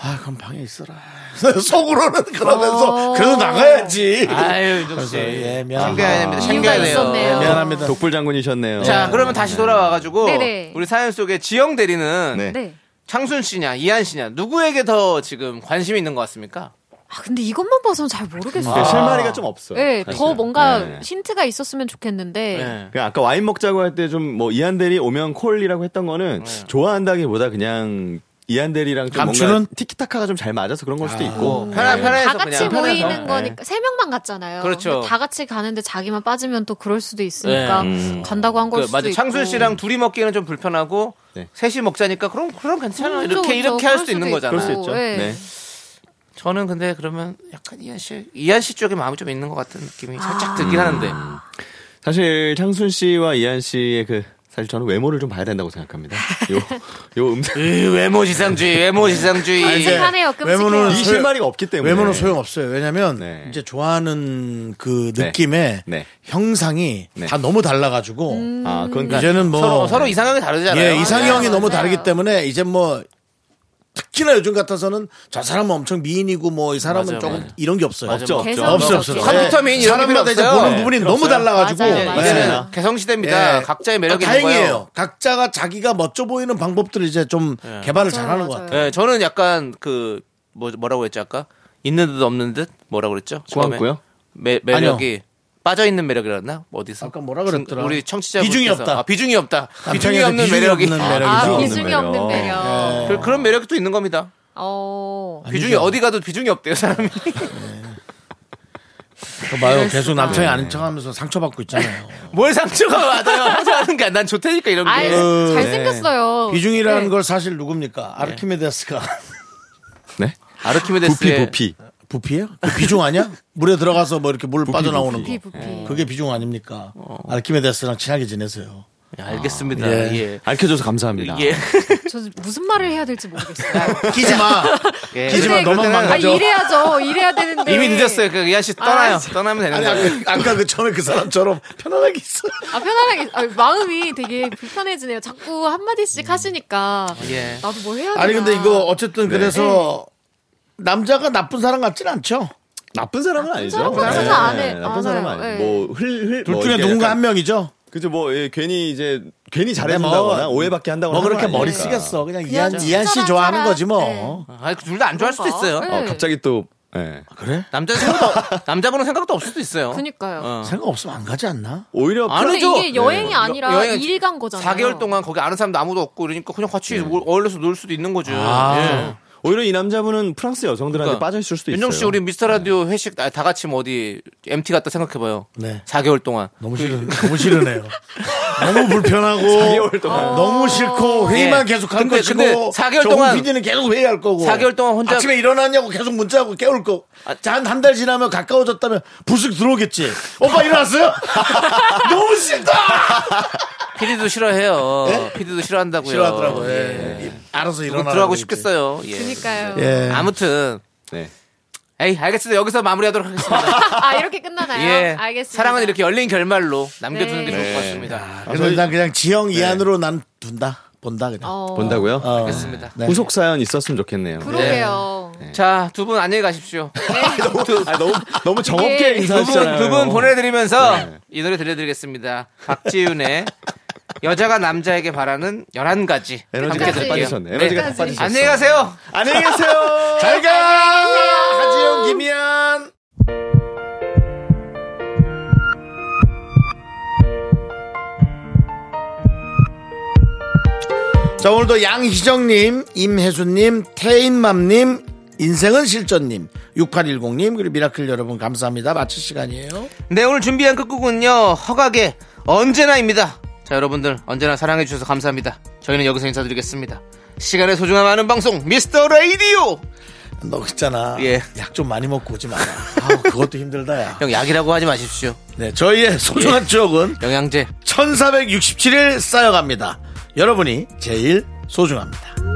아, 그럼 방에 있어라. 속으로는
어.
그러면서, 그래도 나가야지.
아유 윤정 씨
그래서, 예, 미안합니다.
챙겨야 됩니다.
이유가
챙겨야 돼요.
있었네요.
미안합니다.
독불 장군이셨네요.
자 그러면 다시 돌아와가지고
네네.
우리 사연 속에 지영 대리는
네.
네.
창순 씨냐 이한 씨냐 누구에게 더 지금 관심이 있는 것 같습니까?
아 근데 이것만 봐서는 잘 모르겠어요.
아,
네, 실마리가 좀 없어요.
네, 더
사실은.
뭔가
네.
힌트가 있었으면 좋겠는데
네.
그냥 아까 와인 먹자고 할 때 좀 뭐 이한대리 오면 콜이라고 했던 거는 좋아한다기보다 그냥 이한대리랑 좀
네. 감추는?
뭔가 티키타카가 좀 잘 맞아서 그런 걸 수도 있고
편한 편해서
다 같이
그냥
모이는
편해서. 네.
거니까 세 명만 갔잖아요.
그렇죠.
근데 다 같이 가는데 자기만 빠지면 또 그럴 수도 있으니까
네.
간다고 한 걸
그,
수도
맞아
있고.
창순 씨랑 둘이 먹기에는 좀 불편하고
네.
셋이 먹자니까 그럼 그럼 괜찮아
그렇죠,
이렇게
그렇죠.
이렇게 할
그럴
수도 있는
수도
거잖아.
그럴
요
수 있죠.
네.
네.
저는 근데 그러면 약간 이한 씨 이한 씨 쪽에 마음이 좀 있는 것 같은
아.
느낌이 살짝 들긴 하는데
사실 창순 씨와 이한 씨의 그 사실 저는 외모를 좀 봐야 된다고 생각합니다. 요요 음색
으, 외모 지상주의 외모 지상주의
이제
끔찍하네요, 끔찍해요.
외모는
이
소용-
실마리가 없기 때문에
외모는 소용 없어요. 왜냐면
네.
이제 좋아하는 그
네.
느낌의
네.
형상이
네.
다 너무 달라가지고
음.
아 그건
이제는 뭐
서로 서로 이상형이 다르잖아요. 네.
예, 이상형이
맞아요, 네.
너무
맞아요.
다르기 때문에 이제 뭐 특히나 요즘 같아서는 저 사람은 엄청 미인이고 뭐 이 사람은
맞아요,
조금
맞아요.
이런 게 없어요.
없죠 없죠.
개성
없어요,
없죠. 네.
없어요.
컴퓨터 미인 이런 게 필요
사람마다 이제
없어요.
보는
네,
부분이 너무 달라가지고
맞아요,
네.
맞아요.
이제는 개성 시대입니다.
예.
각자의 매력이 있는 거예요.
다행이에요. 각자가 자기가 멋져 보이는 방법들을 이제 좀 개발을
네. 맞아요,
잘하는 것
맞아요.
같아요.
예, 저는 약간 그 뭐, 뭐라고 했죠 아까 있는 듯 없는 듯 뭐라고 그랬죠? 처음에?
고맙고요.
매, 매력이 빠져 있는 매력이랬나? 어디서?
아까 뭐라
중-
그랬더라?
우리 청취자
비중이 없다.
아, 비중이 없다. 비중이
남편에게
없는
비중이
매력이.
없는 매력이죠.
아,
없는
비중이
매력.
없는 매력.
그, 그런 매력이 또 있는 겁니다.
어.
네. 비중이 어디 가도 비중이 없대요 사람이.
그거
네.
봐요. 계속 남편이 아닌 척하면서 상처받고 있잖아요.
뭘 상처가 맞아요? 하자는 게 난 좋다니까 이런 게.
아이, 잘생겼어요.
비중이라는
네.
걸 사실 누굽니까? 아르키메데스가
네 예. 부피
아르키메데스의
부피
부피예요? 그 비중 아니야? 물에 들어가서 뭐 이렇게 물 빠져나오는
부피,
거.
부피.
그게 비중 아닙니까? 아르키메데스랑 친하게 지내세요.
아, 알겠습니다.
예.
예.
알켜줘서 감사합니다.
예.
저 무슨 말을 해야 될지 모르겠어요.
끼지 마.
예.
끼지 마. 너만
아,
망가져.
이래야죠. 이래야 되는데.
이미 늦었어요. 그 이한 씨 떠나요. 떠나면 되는
아니,
거예요.
아까, 아까 그 처음에 그 사람처럼 편안하게 있어.
아, 편안하게, 아, 마음이 되게 불편해지네요. 자꾸 한마디씩 하시니까.
예.
나도 뭘 해야 되나.
아니 근데 이거 어쨌든 그래서 남자가 나쁜 사람 같진 않죠.
나쁜 사람은 아니죠.
사람은 항상
네,
안 해.
나쁜
안
사람은
해요.
아니죠.
네.
뭐흘흘
둘 중에 누군가 한 명이죠.
그죠 뭐 예, 괜히 이제 괜히
뭐,
잘해준다거나 오해받게 한다거나
뭐 그렇게
하는 거
머리
아니니까.
쓰겠어. 그냥 이한
진짜
이한 씨
사람,
좋아하는
사람.
거지 뭐.
네.
아니 둘 다 안 좋아할 수도 있어요.
그런가?
어
네.
갑자기 또 예.
그래?
남자 생각도 남자분은 생각도 없을 수도 있어요.
그니까요.
어.
생각 없으면 안 가지 않나?
오히려
아니,
근데
아니죠. 예.
이게 여행이
네.
아니라
여행-
일 간 거잖아요.
4개월 동안 거기 아는 사람도 아무도 없고 그러니까 그냥 같이 놀- 어울려서 놀 수도 있는 거죠. 예.
아.
오히려 이 남자분은 프랑스 여성들한테
그러니까
빠져 있을 수도 있어요.
윤정 씨 우리 미스터 라디오 회식 아, 다 같이 뭐 어디 MT 갔다 생각해 봐요.
네.
4개월 동안.
너무 싫은 너무 싫으네요. 너무 불편하고 너무 싫고 회의만
예.
계속 하는
근데- 근데
것이고
사 개월
저
동안-
PD는 계속 회의할 거고
4개월 동안 혼자- 아.
아침에 일어났냐고 계속 문자하고 깨울 거. 한한 달 지나면 가까워졌다면 불쑥 들어오겠지. 오빠 일어났어요? 너무 싫다.
피디도 싫어해요. 피디도 싫어한다고요.
싫어하더라고.
예.
예. 알아서
누구
일어나.
들어가고 싶겠어요. 예.
그니까요.
예.
아무튼
네.
에이 알겠습니다. 여기서 마무리하도록 하겠습니다.
아, 이렇게 끝나나요?
예.
알겠습니다.
사랑은 이렇게 열린 결말로 남겨두는 게
네.
좋을 것 같습니다.
그래서 일단 그냥 지형 이안으로 난 둔다. 본다 그냥.
어,
본다고요?
어.
네. 알겠습니다.
네.
후속 사연 있었으면 좋겠네요.
그러게요.
자 두 분 안녕히 가십시오.
아, 너무 너무 정없게
이게-
인사하시잖아요.
두 분 보내드리면서
네.
이 노래 들려드리겠습니다. 박지윤의 여자가 남자에게 바라는 11가지.
에너지가
함께
다
들을게요.
빠지셨네.
네.
에너지가 다 빠지셨어.
안녕히 가세요.
안녕히 계세요.
잘 가. 하지영 김이안. 자, 오늘도 양희정님, 임혜수님, 태인맘님, 인생은 실전님, 6810님, 그리고 미라클 여러분 감사합니다. 마칠 시간이에요.
네 오늘 준비한 끝곡은요 허각의 언제나입니다 자 여러분들 언제나 사랑해주셔서 감사합니다 저희는 여기서 인사드리겠습니다 시간의 소중함 아는 방송 미스터 라디오
너 있잖아.
예.
약 좀 많이 먹고 오지 마라. 아, 그것도 힘들다, 야.
형 예. 약이라고 하지 마십시오
네, 저희의 소중한 추억은
영양제
1467일 쌓여갑니다. 여러분이 제일 소중합니다.